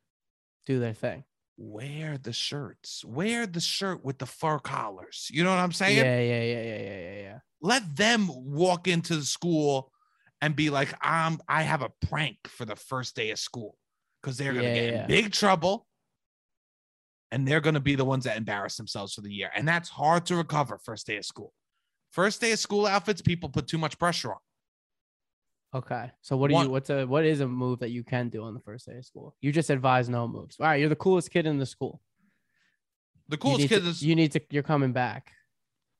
Speaker 2: Do their thing.
Speaker 1: wear the shirts. Wear the shirt with the fur collars. You know what I'm
Speaker 2: Yeah,
Speaker 1: saying?
Speaker 2: yeah, yeah, yeah, yeah, yeah, yeah.
Speaker 1: Let them walk into the school and be like, "I'm I have a prank for the first day of school." Cuz they're going to
Speaker 2: Yeah,
Speaker 1: get
Speaker 2: yeah.
Speaker 1: in big trouble. and they're going to be the ones that embarrass themselves for the year. And that's hard to recover first day of school. First day of school outfits, people put too much pressure on.
Speaker 2: Okay. So what do
Speaker 1: One-
Speaker 2: you what's a what is a move that you can do on the first day of school? You just advise no moves. All right, you're the coolest kid in the school.
Speaker 1: The
Speaker 2: you
Speaker 1: coolest
Speaker 2: need
Speaker 1: kid
Speaker 2: to,
Speaker 1: is
Speaker 2: you need to you're coming back.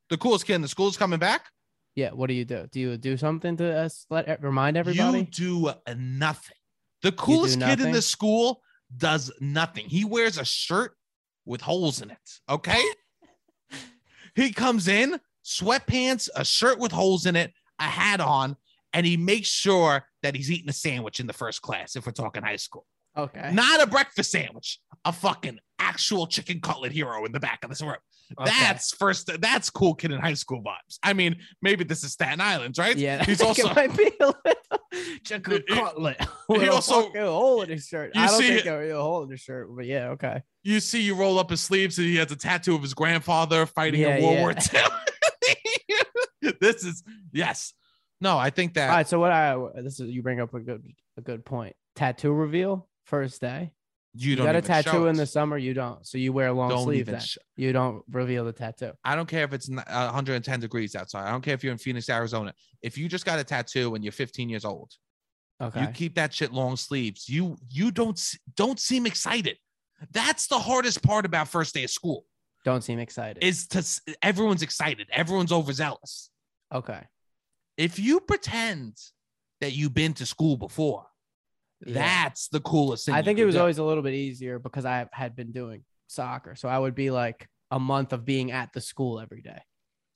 Speaker 1: the coolest kid in the school is coming back.
Speaker 2: Yeah, what do you do? Do you do something to us let e, remind everybody?
Speaker 1: You do uh, nothing. The coolest kid in
Speaker 2: nothing?
Speaker 1: the school does nothing. He wears a shirt with holes in it. Okay. he comes in, sweatpants, a shirt with holes in it, a hat on, and he makes sure that he's eating a sandwich in the first class if we're talking high school.
Speaker 2: okay.
Speaker 1: Not a breakfast sandwich, a fucking actual chicken cutlet hero in the back of this room.
Speaker 2: Okay.
Speaker 1: That's first. That's cool kid in high school vibes. I mean, maybe this is Staten Island, right?
Speaker 2: yeah, [LAUGHS]
Speaker 1: He's
Speaker 2: I think
Speaker 1: also-
Speaker 2: it might be a
Speaker 1: [LAUGHS]
Speaker 2: little
Speaker 1: It-
Speaker 2: chicken [LAUGHS]
Speaker 1: it-
Speaker 2: cutlet.
Speaker 1: he
Speaker 2: He
Speaker 1: also-
Speaker 2: also a hole in his shirt.
Speaker 1: you
Speaker 2: I don't
Speaker 1: see
Speaker 2: think
Speaker 1: it-
Speaker 2: there was a hole in his shirt, but yeah, okay.
Speaker 1: You see, you roll up his sleeves, and he has a tattoo of his grandfather fighting
Speaker 2: Yeah,
Speaker 1: in World
Speaker 2: yeah.
Speaker 1: War II. [LAUGHS] this is yes. No, I think that
Speaker 2: All right, so what I this is you bring up a good a good point. Tattoo reveal first day.
Speaker 1: you
Speaker 2: You,
Speaker 1: don't
Speaker 2: got a
Speaker 1: even show
Speaker 2: tattoo
Speaker 1: it.
Speaker 2: in the summer, you don't. So you wear a long
Speaker 1: Don't
Speaker 2: sleeve
Speaker 1: even.
Speaker 2: then.
Speaker 1: Sh-
Speaker 2: you don't reveal the tattoo.
Speaker 1: I don't care if it's n- uh, 110 degrees outside. I don't care if you're in Phoenix, Arizona. If you just got a tattoo and you're 15 years old,
Speaker 2: Okay.
Speaker 1: You keep that shit long sleeves. You you don't s- don't seem excited. That's the hardest part about first day of school
Speaker 2: don't seem excited.
Speaker 1: is to s- everyone's excited. Everyone's overzealous.
Speaker 2: okay.
Speaker 1: If you pretend that you've been to school before,
Speaker 2: Yeah.
Speaker 1: that's the coolest thing.
Speaker 2: I
Speaker 1: you
Speaker 2: think it
Speaker 1: could
Speaker 2: was
Speaker 1: do.
Speaker 2: always a little bit easier because I had been doing soccer. So I would be like a month of being at the school every day.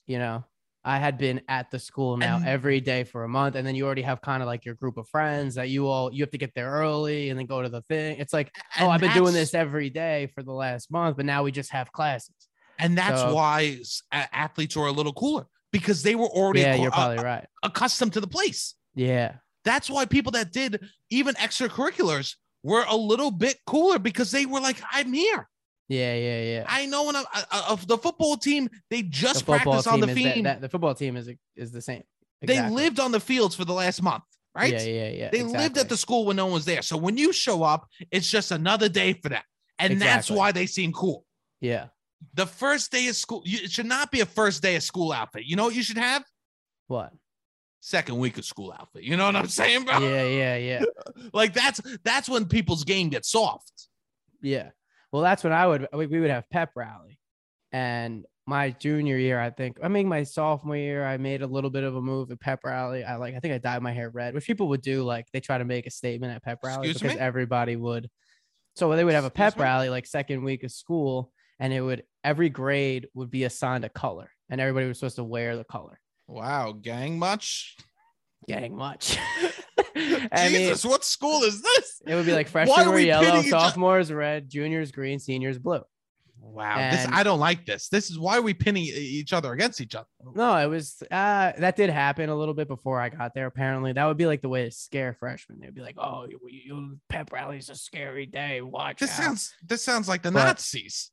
Speaker 2: You know, I had been at the school now
Speaker 1: And-
Speaker 2: every day for a month. And then you already have kind of like your group of friends that you all, you have to get there early and then go to the thing. It's like, oh,
Speaker 1: And
Speaker 2: I've been doing
Speaker 1: that's-
Speaker 2: this every day for the last month, but now we just have classes.
Speaker 1: and that's
Speaker 2: so-
Speaker 1: why s- a- athletes are a little cooler because they were already
Speaker 2: Yeah,
Speaker 1: accu-
Speaker 2: you're
Speaker 1: a-
Speaker 2: probably right.
Speaker 1: accustomed to the place.
Speaker 2: Yeah.
Speaker 1: That's why people that did even extracurriculars were a little bit cooler because they were like, I'm here.
Speaker 2: Yeah. Yeah. Yeah.
Speaker 1: I know when I'm, I, I- of the football team, they
Speaker 2: the
Speaker 1: just
Speaker 2: football
Speaker 1: practiced on
Speaker 2: team
Speaker 1: the
Speaker 2: is that,
Speaker 1: field.
Speaker 2: that- the football team is is the same.
Speaker 1: They
Speaker 2: Exactly.
Speaker 1: lived on the fields for the last month, right?
Speaker 2: Yeah, yeah, yeah.
Speaker 1: They lived at
Speaker 2: exactly.
Speaker 1: the school when no one was there. So when you show up, it's just another day for them. And that's
Speaker 2: Exactly.
Speaker 1: why they seem cool.
Speaker 2: yeah.
Speaker 1: The first day of school, you, it should not be a first day of school outfit. You know what you should have?
Speaker 2: What?
Speaker 1: Second week of school outfit. You know what I'm saying, bro?
Speaker 2: Yeah, yeah, yeah,
Speaker 1: Like that's that's when people's game gets soft.
Speaker 2: yeah. Well, that's when I would we we would have pep rally, and my junior year, I think I mean my sophomore year, I made a little bit of a move at pep rally. I like I think I dyed my hair red, which people would do. Like they try to make a statement at pep rally
Speaker 1: Excuse
Speaker 2: because
Speaker 1: me?
Speaker 2: everybody would. So they would have a
Speaker 1: Excuse
Speaker 2: pep
Speaker 1: me?
Speaker 2: rally like second week of school, and it would every grade would be assigned a color, and everybody was supposed to wear the color.
Speaker 1: Wow, gang much.
Speaker 2: Getting much. [LAUGHS] I mean,
Speaker 1: Jesus, what school is this?
Speaker 2: It would be like
Speaker 1: Why
Speaker 2: freshmen
Speaker 1: are
Speaker 2: were
Speaker 1: we
Speaker 2: yellow,
Speaker 1: pitting each oth-
Speaker 2: sophomores red, juniors green, seniors blue.
Speaker 1: Wow, this
Speaker 2: And-
Speaker 1: I don't like this. This is why we pinning e-, each other against each other.
Speaker 2: No, it was uh that did happen a little bit before I got there. Apparently, that would be like the way to scare freshmen. They'd be like, "Oh, you, you pep rally's a scary day. Watch
Speaker 1: This
Speaker 2: out."
Speaker 1: sounds this sounds like the
Speaker 2: But-
Speaker 1: Nazis.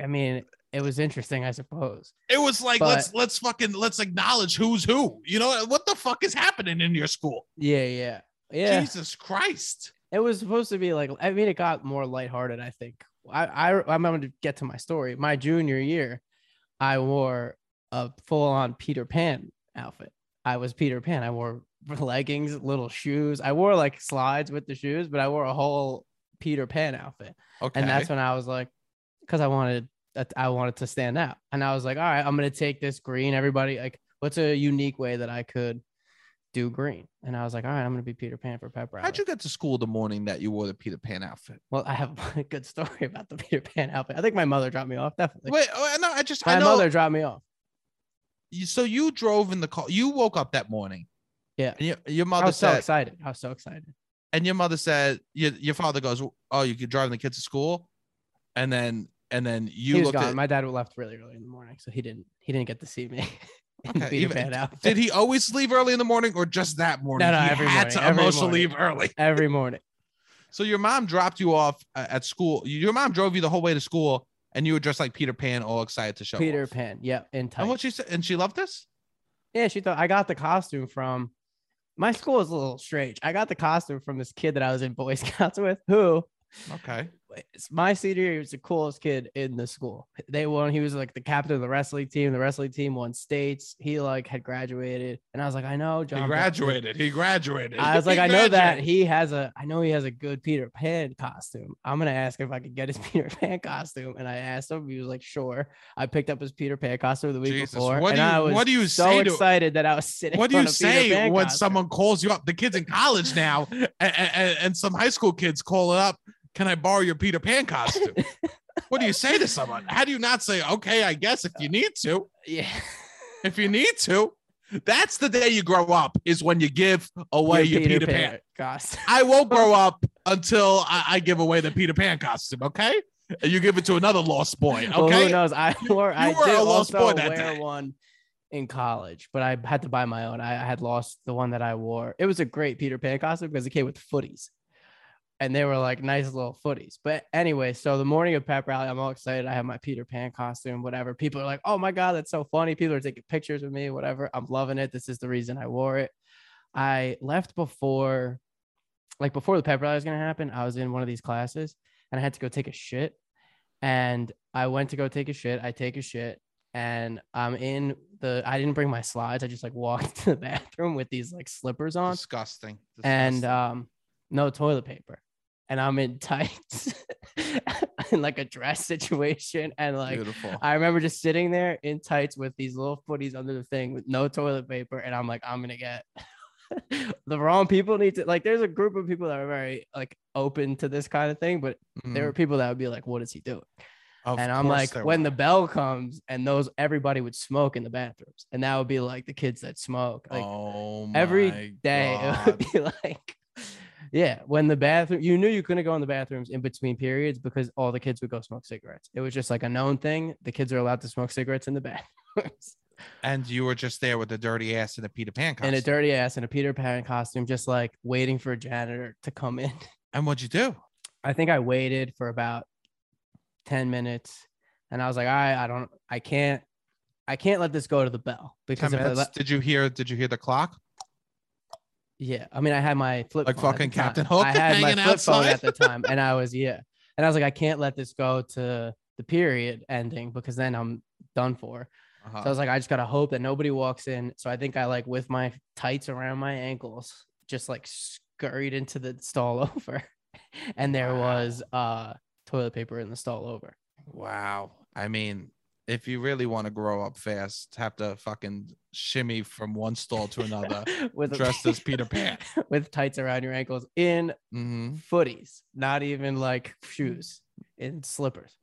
Speaker 2: I mean, it was interesting, I suppose.
Speaker 1: It was like
Speaker 2: but-
Speaker 1: let's let's fucking let's acknowledge who's who. You know what the fuck is happening in your school?
Speaker 2: Yeah, yeah, yeah.
Speaker 1: Jesus Christ.
Speaker 2: It was supposed to be like. I mean, it got more lighthearted. I think. I, I I'm going to get to my story. My junior year, I wore a full-on Peter Pan outfit. I was Peter Pan. I wore [LAUGHS] leggings, little shoes. I wore like slides with the shoes, but I wore a whole Peter Pan outfit.
Speaker 1: Okay.
Speaker 2: and that's when I was like, because I wanted that I wanted to stand out, and I was like, all right, I'm gonna take this green. Everybody like, what's a unique way that I could do green? And I was like, all right, I'm gonna be Peter Pan for pep rally.
Speaker 1: How'd you get to school the morning that you wore the Peter Pan outfit?
Speaker 2: well, I have [LAUGHS] a good story about the Peter Pan outfit. I think my mother dropped me off. Definitely,
Speaker 1: Wait, oh, no, I just
Speaker 2: my
Speaker 1: I know.
Speaker 2: mother dropped me off.
Speaker 1: you- so you drove in the car. You woke up that morning.
Speaker 2: Yeah.
Speaker 1: And your, your
Speaker 2: I
Speaker 1: mother
Speaker 2: was so
Speaker 1: said,
Speaker 2: excited. I was so excited.
Speaker 1: and your mother said, your, your father goes, "Oh, you could drive the kids to school," and then and then you
Speaker 2: he was
Speaker 1: looked
Speaker 2: gone.
Speaker 1: at.
Speaker 2: my dad left really early in the morning, so he didn't he didn't get to see me. [LAUGHS] in the
Speaker 1: Okay,
Speaker 2: Peter
Speaker 1: even-
Speaker 2: Pan outfit.
Speaker 1: did he always leave early in the morning, or just that morning?
Speaker 2: No, no,
Speaker 1: he
Speaker 2: every
Speaker 1: had
Speaker 2: morning,
Speaker 1: to
Speaker 2: every
Speaker 1: emotionally
Speaker 2: morning.
Speaker 1: leave early.
Speaker 2: [LAUGHS] every morning?
Speaker 1: So your mom dropped you off uh, at school. Your mom drove you the whole way to school, and you were dressed like Peter Pan, all excited to show
Speaker 2: Peter
Speaker 1: off.
Speaker 2: Pan. Yep, in tight.
Speaker 1: And what she said, and she loved this.
Speaker 2: Yeah, she thought I got the costume from my school is a little strange. I got the costume from this kid that I was in Boy Scouts [LAUGHS] with, who
Speaker 1: Okay.
Speaker 2: it's my senior year he was the coolest kid in the school. They won. He was like the captain of the wrestling team. The wrestling team won states. He like had graduated, and I was like, I know John.
Speaker 1: he
Speaker 2: Brown-
Speaker 1: graduated. He graduated.
Speaker 2: I was
Speaker 1: He
Speaker 2: like, I know that [LAUGHS]
Speaker 1: graduated.
Speaker 2: he has a, I know he has a good Peter Pan costume. I'm gonna ask if I could get his [LAUGHS] Peter Pan costume, and I asked him. He was like, sure. I picked up his Peter Pan costume the week
Speaker 1: Jesus,
Speaker 2: before,
Speaker 1: what do
Speaker 2: and
Speaker 1: you-
Speaker 2: I was
Speaker 1: what do you
Speaker 2: so
Speaker 1: say to-
Speaker 2: excited that I was sitting.
Speaker 1: What do
Speaker 2: on
Speaker 1: you
Speaker 2: a Peter
Speaker 1: say
Speaker 2: Pan
Speaker 1: when
Speaker 2: costume.
Speaker 1: someone calls you up? The kids in college now,
Speaker 2: [LAUGHS]
Speaker 1: and, and, some high school kids call it up. Can I borrow your Peter
Speaker 2: [LAUGHS]
Speaker 1: Pan costume? what do you say to someone? How do you not say, okay, I guess if you need to,
Speaker 2: [LAUGHS] Yeah.
Speaker 1: if you need to? That's the day you grow up, is when you give away your, Peter, Pan.
Speaker 2: costume.
Speaker 1: I won't grow up until I, I give away the Peter Pan costume, okay? And you give it to another lost boy, [LAUGHS] okay?
Speaker 2: Well, who knows? I wore. I
Speaker 1: you were
Speaker 2: did
Speaker 1: a lost
Speaker 2: also
Speaker 1: boy that
Speaker 2: wear
Speaker 1: day.
Speaker 2: one in college, but I had to buy my own. I, I had lost the one that I wore. It was a great Peter Pan costume because it came with footies, and they were like nice little footies. But anyway, so the morning of pep rally, I'm all excited. I have my Peter Pan costume, whatever. People are like, "Oh my god, that's so funny!" People are taking pictures of me, whatever. I'm loving it. This is the reason I wore it. I left before, like before the pep rally was gonna happen. I was in one of these classes, and I had to go take a shit and I went to go take a shit. I take a shit and I'm in the I didn't bring my slides. I just like walked [LAUGHS] to the bathroom with these like slippers on
Speaker 1: Disgusting.
Speaker 2: and
Speaker 1: disgusting.
Speaker 2: um no toilet paper. And I'm in [LAUGHS] tights in like a dress situation and like
Speaker 1: Beautiful.
Speaker 2: I remember just sitting there in tights with these little footies under the thing with no toilet paper, and I'm like, I'm gonna get [LAUGHS] the wrong people need to like. There's a group of people that are very like open to this kind of thing, but there were people that would be like, "What is he doing?"
Speaker 1: Mm, Hmm. Of
Speaker 2: and I'm
Speaker 1: course
Speaker 2: like,
Speaker 1: there
Speaker 2: when
Speaker 1: were.
Speaker 2: the bell comes, and those everybody would smoke in the bathrooms, and that would be like the kids that smoke. Like
Speaker 1: oh
Speaker 2: every
Speaker 1: my
Speaker 2: day, [LAUGHS] it would
Speaker 1: God.
Speaker 2: be like, yeah, when the bathroom, you knew you couldn't go in the bathrooms in between periods because all the kids would go smoke cigarettes. It was just like a known thing. The kids are allowed to smoke cigarettes in the [LAUGHS] bathrooms,
Speaker 1: [LAUGHS] and you were just there with a dirty ass and a Peter Pan costume.
Speaker 2: in
Speaker 1: And,
Speaker 2: a dirty ass and a Peter Pan costume, just like waiting for a janitor to come in. [LAUGHS]
Speaker 1: what'd you do?
Speaker 2: I think I waited for about 10 minutes and I was like, all right, I don't, I can't, I can't let this go to the bell because
Speaker 1: Ten
Speaker 2: if I
Speaker 1: minutes.
Speaker 2: let,
Speaker 1: did you hear? Did you hear the clock?
Speaker 2: yeah, I mean, I had my flip
Speaker 1: Like
Speaker 2: phone at
Speaker 1: fucking
Speaker 2: the time.
Speaker 1: Captain Hook
Speaker 2: I had my
Speaker 1: hanging
Speaker 2: flip phone
Speaker 1: outside.
Speaker 2: at the time and I was, yeah. And I was like, I can't let this go to the period ending because then I'm done for.
Speaker 1: Uh-huh.
Speaker 2: So I was like, I just gotta hope that nobody walks in. So I think I like with my tights around my ankles, just like scurried into the stall [LAUGHS] over, and there was uh toilet paper in the stall over. [LAUGHS]
Speaker 1: wow. I mean, if you really want to grow up fast, have to fucking shimmy from one stall
Speaker 2: [LAUGHS]
Speaker 1: to another,
Speaker 2: with a-
Speaker 1: dressed as Peter Pan.
Speaker 2: [LAUGHS] with tights around your ankles in
Speaker 1: Mm-hmm.
Speaker 2: footies, not even like shoes, in slippers.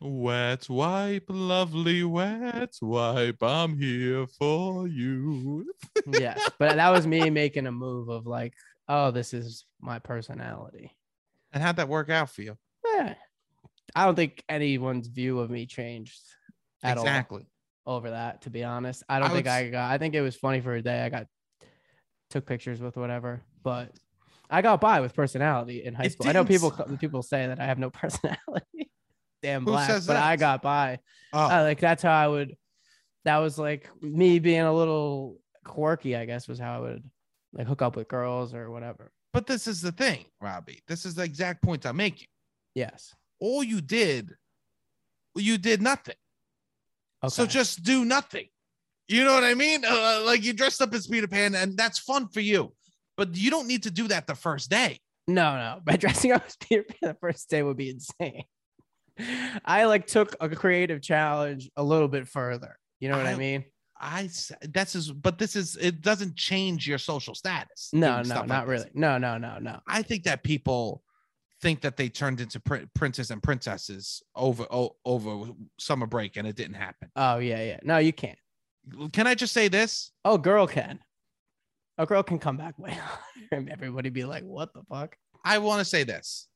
Speaker 1: Wet wipe, lovely wet wipe. I'm here for you.
Speaker 2: Yeah, but that was me making a move of like, oh, this is my personality.
Speaker 1: And how'd that work out for you?
Speaker 2: Yeah, I don't think anyone's view of me changed at
Speaker 1: exactly.
Speaker 2: all over that. To be honest, I don't
Speaker 1: I
Speaker 2: think
Speaker 1: would s-
Speaker 2: I got. I think it was funny for a day. I got took pictures with whatever, but I got by with personality in high
Speaker 1: It
Speaker 2: school. I know
Speaker 1: didn't
Speaker 2: people
Speaker 1: s-
Speaker 2: cl- people say that I have no [LAUGHS] personality. Damn
Speaker 1: Who
Speaker 2: black, but
Speaker 1: says that?
Speaker 2: I got by.
Speaker 1: Oh,
Speaker 2: I- like that's how I would. That was like me being a little quirky, I guess, was how I would like hook up with girls or whatever.
Speaker 1: but this is the thing, Robbie. This is the exact point I'm making.
Speaker 2: Yes.
Speaker 1: All you did, you did nothing.
Speaker 2: Okay.
Speaker 1: So just do nothing. You know what I mean? Uh, like you dressed up as Peter Pan, and that's fun for you. But you don't need to do that the first day.
Speaker 2: no, no. By [LAUGHS] dressing up as Peter Pan the first day would be insane. I like took a creative challenge a little bit further. You know what I,
Speaker 1: I-
Speaker 2: mean?
Speaker 1: I s- that's is, but this is it doesn't change your social status. doing
Speaker 2: No, no,
Speaker 1: stuff like
Speaker 2: not
Speaker 1: this.
Speaker 2: really. No, no, no, no.
Speaker 1: I think that people think that they turned into prin- princes and princesses over o- over summer break, and it didn't happen.
Speaker 2: Oh yeah, yeah. No, you can't.
Speaker 1: Can I just say this?
Speaker 2: Oh, girl can. A girl can come back way. [LAUGHS] and everybody be like, "What the fuck?"
Speaker 1: I want to say this.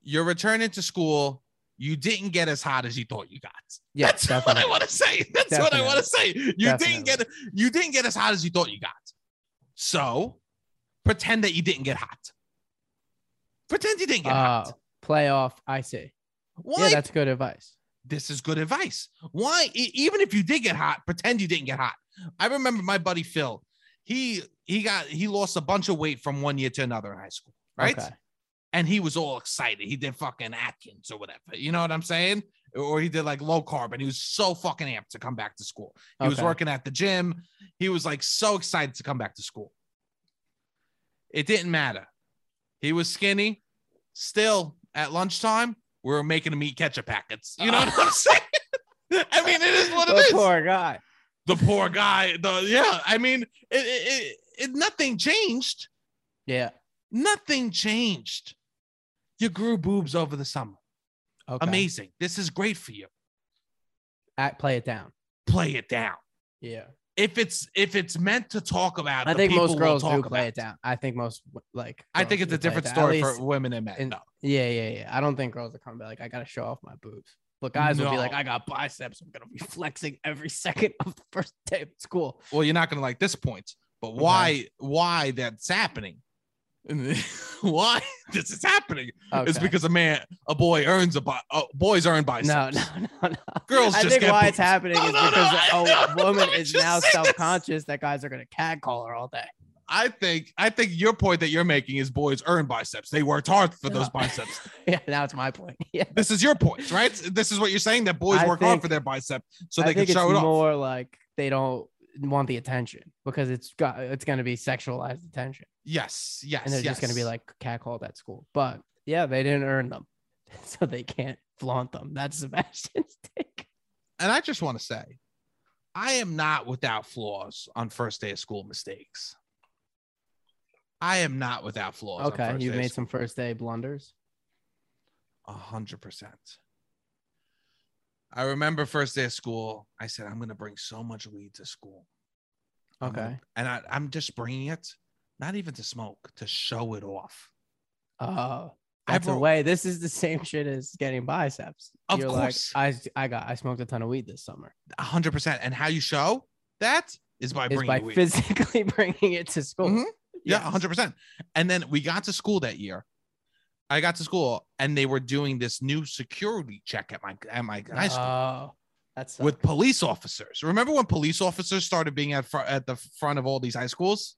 Speaker 1: You're returning to school. You didn't get as hot as you thought you got.
Speaker 2: Yeah, [LAUGHS]
Speaker 1: That's what I want to say. That's what I want to say. You
Speaker 2: Definitely.
Speaker 1: didn't get you didn't get as hot as you thought you got. So pretend that you didn't get hot. Pretend you didn't get
Speaker 2: Oh,
Speaker 1: hot.
Speaker 2: playoff. I see.
Speaker 1: Why?
Speaker 2: Yeah, that's good advice.
Speaker 1: this is good advice. Why? e- Even if you did get hot, pretend you didn't get hot. I remember my buddy Phil. He he got he lost a bunch of weight from one year to another in high school, right?
Speaker 2: Okay.
Speaker 1: and he was all excited. He did fucking Atkins or whatever. You know what I'm saying? Or he did like low carb and he was so fucking amped to come back to school. He was
Speaker 2: Okay.
Speaker 1: working at the gym. He was like so excited to come back to school. It didn't matter. He was skinny. Still at lunchtime, we were making him eat ketchup packets. You know
Speaker 2: Ah.
Speaker 1: what I'm saying? [LAUGHS] I mean, it is what it
Speaker 2: The
Speaker 1: is.
Speaker 2: Oh, Poor guy.
Speaker 1: The poor guy. The yeah. I mean, it, it, it, it nothing changed.
Speaker 2: Yeah.
Speaker 1: Nothing changed. You grew boobs over the summer.
Speaker 2: Okay.
Speaker 1: Amazing. This is great for you.
Speaker 2: At, play it down.
Speaker 1: Play it down.
Speaker 2: Yeah.
Speaker 1: If it's if it's meant to talk about,
Speaker 2: I
Speaker 1: the
Speaker 2: think
Speaker 1: people
Speaker 2: most
Speaker 1: will
Speaker 2: girls
Speaker 1: talk
Speaker 2: do play
Speaker 1: about
Speaker 2: it down. I think most like.
Speaker 1: I think
Speaker 2: girls
Speaker 1: it's
Speaker 2: do
Speaker 1: a
Speaker 2: play it
Speaker 1: different
Speaker 2: down. At
Speaker 1: story for
Speaker 2: least-
Speaker 1: women and men.
Speaker 2: in-
Speaker 1: no.
Speaker 2: Yeah, yeah, yeah. I don't think girls are coming back. Like, I gotta show off my boobs. But guys will be like,
Speaker 1: No.
Speaker 2: I got biceps. I'm gonna be flexing every [LAUGHS] second of the first day of school.
Speaker 1: Well, you're not gonna like this point, but why why that's happening? [LAUGHS] why this is happening? It's
Speaker 2: Okay.
Speaker 1: because a man, a boy earns a bi- uh, boys earn biceps.
Speaker 2: no, no, no, no.
Speaker 1: Girls
Speaker 2: I
Speaker 1: just
Speaker 2: think
Speaker 1: get
Speaker 2: why
Speaker 1: boobs.
Speaker 2: it's happening
Speaker 1: No,
Speaker 2: is
Speaker 1: no, no,
Speaker 2: because
Speaker 1: I-
Speaker 2: a
Speaker 1: no,
Speaker 2: woman
Speaker 1: I
Speaker 2: is
Speaker 1: just
Speaker 2: now
Speaker 1: said this.
Speaker 2: self-conscious that guys are gonna catcall her all day. [LAUGHS]
Speaker 1: I think I think your point that you're making is boys earn biceps. They worked hard for those
Speaker 2: No.
Speaker 1: biceps.
Speaker 2: [LAUGHS] Yeah, now it's my point. [LAUGHS] Yeah.
Speaker 1: This is your point, right? This is what you're saying that boys
Speaker 2: I
Speaker 1: work hard
Speaker 2: think-
Speaker 1: for their biceps so
Speaker 2: I
Speaker 1: they can
Speaker 2: think it's
Speaker 1: show it off.
Speaker 2: more like they don't want the attention because it's got it's gonna be sexualized attention,
Speaker 1: Yes, yes,
Speaker 2: and they're just gonna be
Speaker 1: yes.
Speaker 2: like catcalled at school. But yeah, they didn't earn them, [LAUGHS] so they can't flaunt them. That's [LAUGHS] Sebastian's take.
Speaker 1: and I just want to say, I am not without flaws on first day of school mistakes. I am not without flaws. on
Speaker 2: Okay,
Speaker 1: first
Speaker 2: you've
Speaker 1: day of
Speaker 2: made
Speaker 1: school.
Speaker 2: some first day blunders.
Speaker 1: a hundred percent. I remember first day of school. I said, "I'm gonna bring so much weed to school." I'm gonna-
Speaker 2: Okay.
Speaker 1: and I, I'm just bringing it, not even to smoke, to show it off.
Speaker 2: Oh,
Speaker 1: I
Speaker 2: that's a
Speaker 1: brought-
Speaker 2: way. This is the same shit as getting biceps.
Speaker 1: Of
Speaker 2: You're
Speaker 1: course.
Speaker 2: like, I I got I smoked a ton of weed this summer.
Speaker 1: A hundred percent. And how you show that is by
Speaker 2: Is
Speaker 1: bringing
Speaker 2: by
Speaker 1: weed.
Speaker 2: physically [LAUGHS] bringing it to school.
Speaker 1: Mhm. Yeah,
Speaker 2: Yes.
Speaker 1: hundred percent. And then we got to school that year. I got to school and they were doing this new security check at my at my high school
Speaker 2: Oh, that's
Speaker 1: with police officers. Remember when police officers started being at fr- at the front of all these high schools?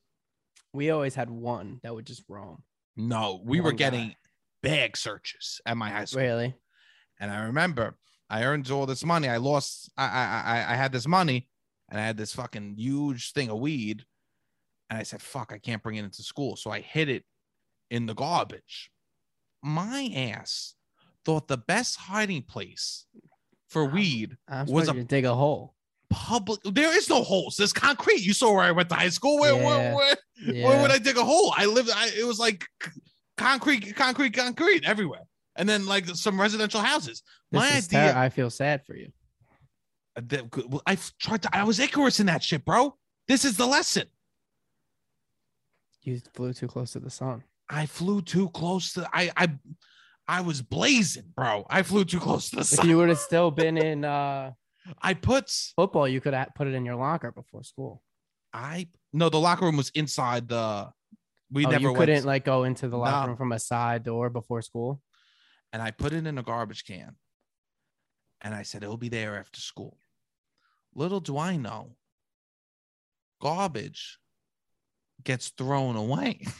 Speaker 2: we always had one that would just roam.
Speaker 1: No, we
Speaker 2: One
Speaker 1: were
Speaker 2: guy.
Speaker 1: getting bag searches at my high school.
Speaker 2: Really?
Speaker 1: And I remember I earned all this money. I lost. I I I, I had this money, and I had this fucking huge thing of weed, and I said, "Fuck, I can't bring it into school." So I hid it in the garbage. My ass thought the best hiding place for
Speaker 2: Wow.
Speaker 1: weed
Speaker 2: I'm
Speaker 1: Was
Speaker 2: supposed
Speaker 1: a-
Speaker 2: to dig a
Speaker 1: [LAUGHS]
Speaker 2: hole.
Speaker 1: public. There is no holes. There's concrete. You saw where I went to high school. Where
Speaker 2: Yeah.
Speaker 1: where, where,
Speaker 2: Yeah.
Speaker 1: where would I dig a hole? I lived. I, it was like c- concrete, concrete, concrete everywhere, and then like some residential houses.
Speaker 2: This
Speaker 1: my
Speaker 2: is
Speaker 1: idea-
Speaker 2: terri- I feel sad for you.
Speaker 1: that could- well, I f- tried to, I was Icarus in that shit, bro. This is the lesson.
Speaker 2: You flew too close to the sun.
Speaker 1: I flew too close to, I, I, I was blazing, bro. I flew too close to the
Speaker 2: If [LAUGHS]
Speaker 1: sun.
Speaker 2: you would
Speaker 1: [LAUGHS]
Speaker 2: have still been in uh,
Speaker 1: I put
Speaker 2: football, you could have put it in your locker before school.
Speaker 1: I no, the locker room was inside the. We
Speaker 2: Oh,
Speaker 1: never
Speaker 2: you
Speaker 1: went,
Speaker 2: couldn't like go into the locker
Speaker 1: No.
Speaker 2: room from a side door before school.
Speaker 1: and I put it in a garbage can. And I said it'll be there after school. Little do I know, garbage gets thrown away. [LAUGHS]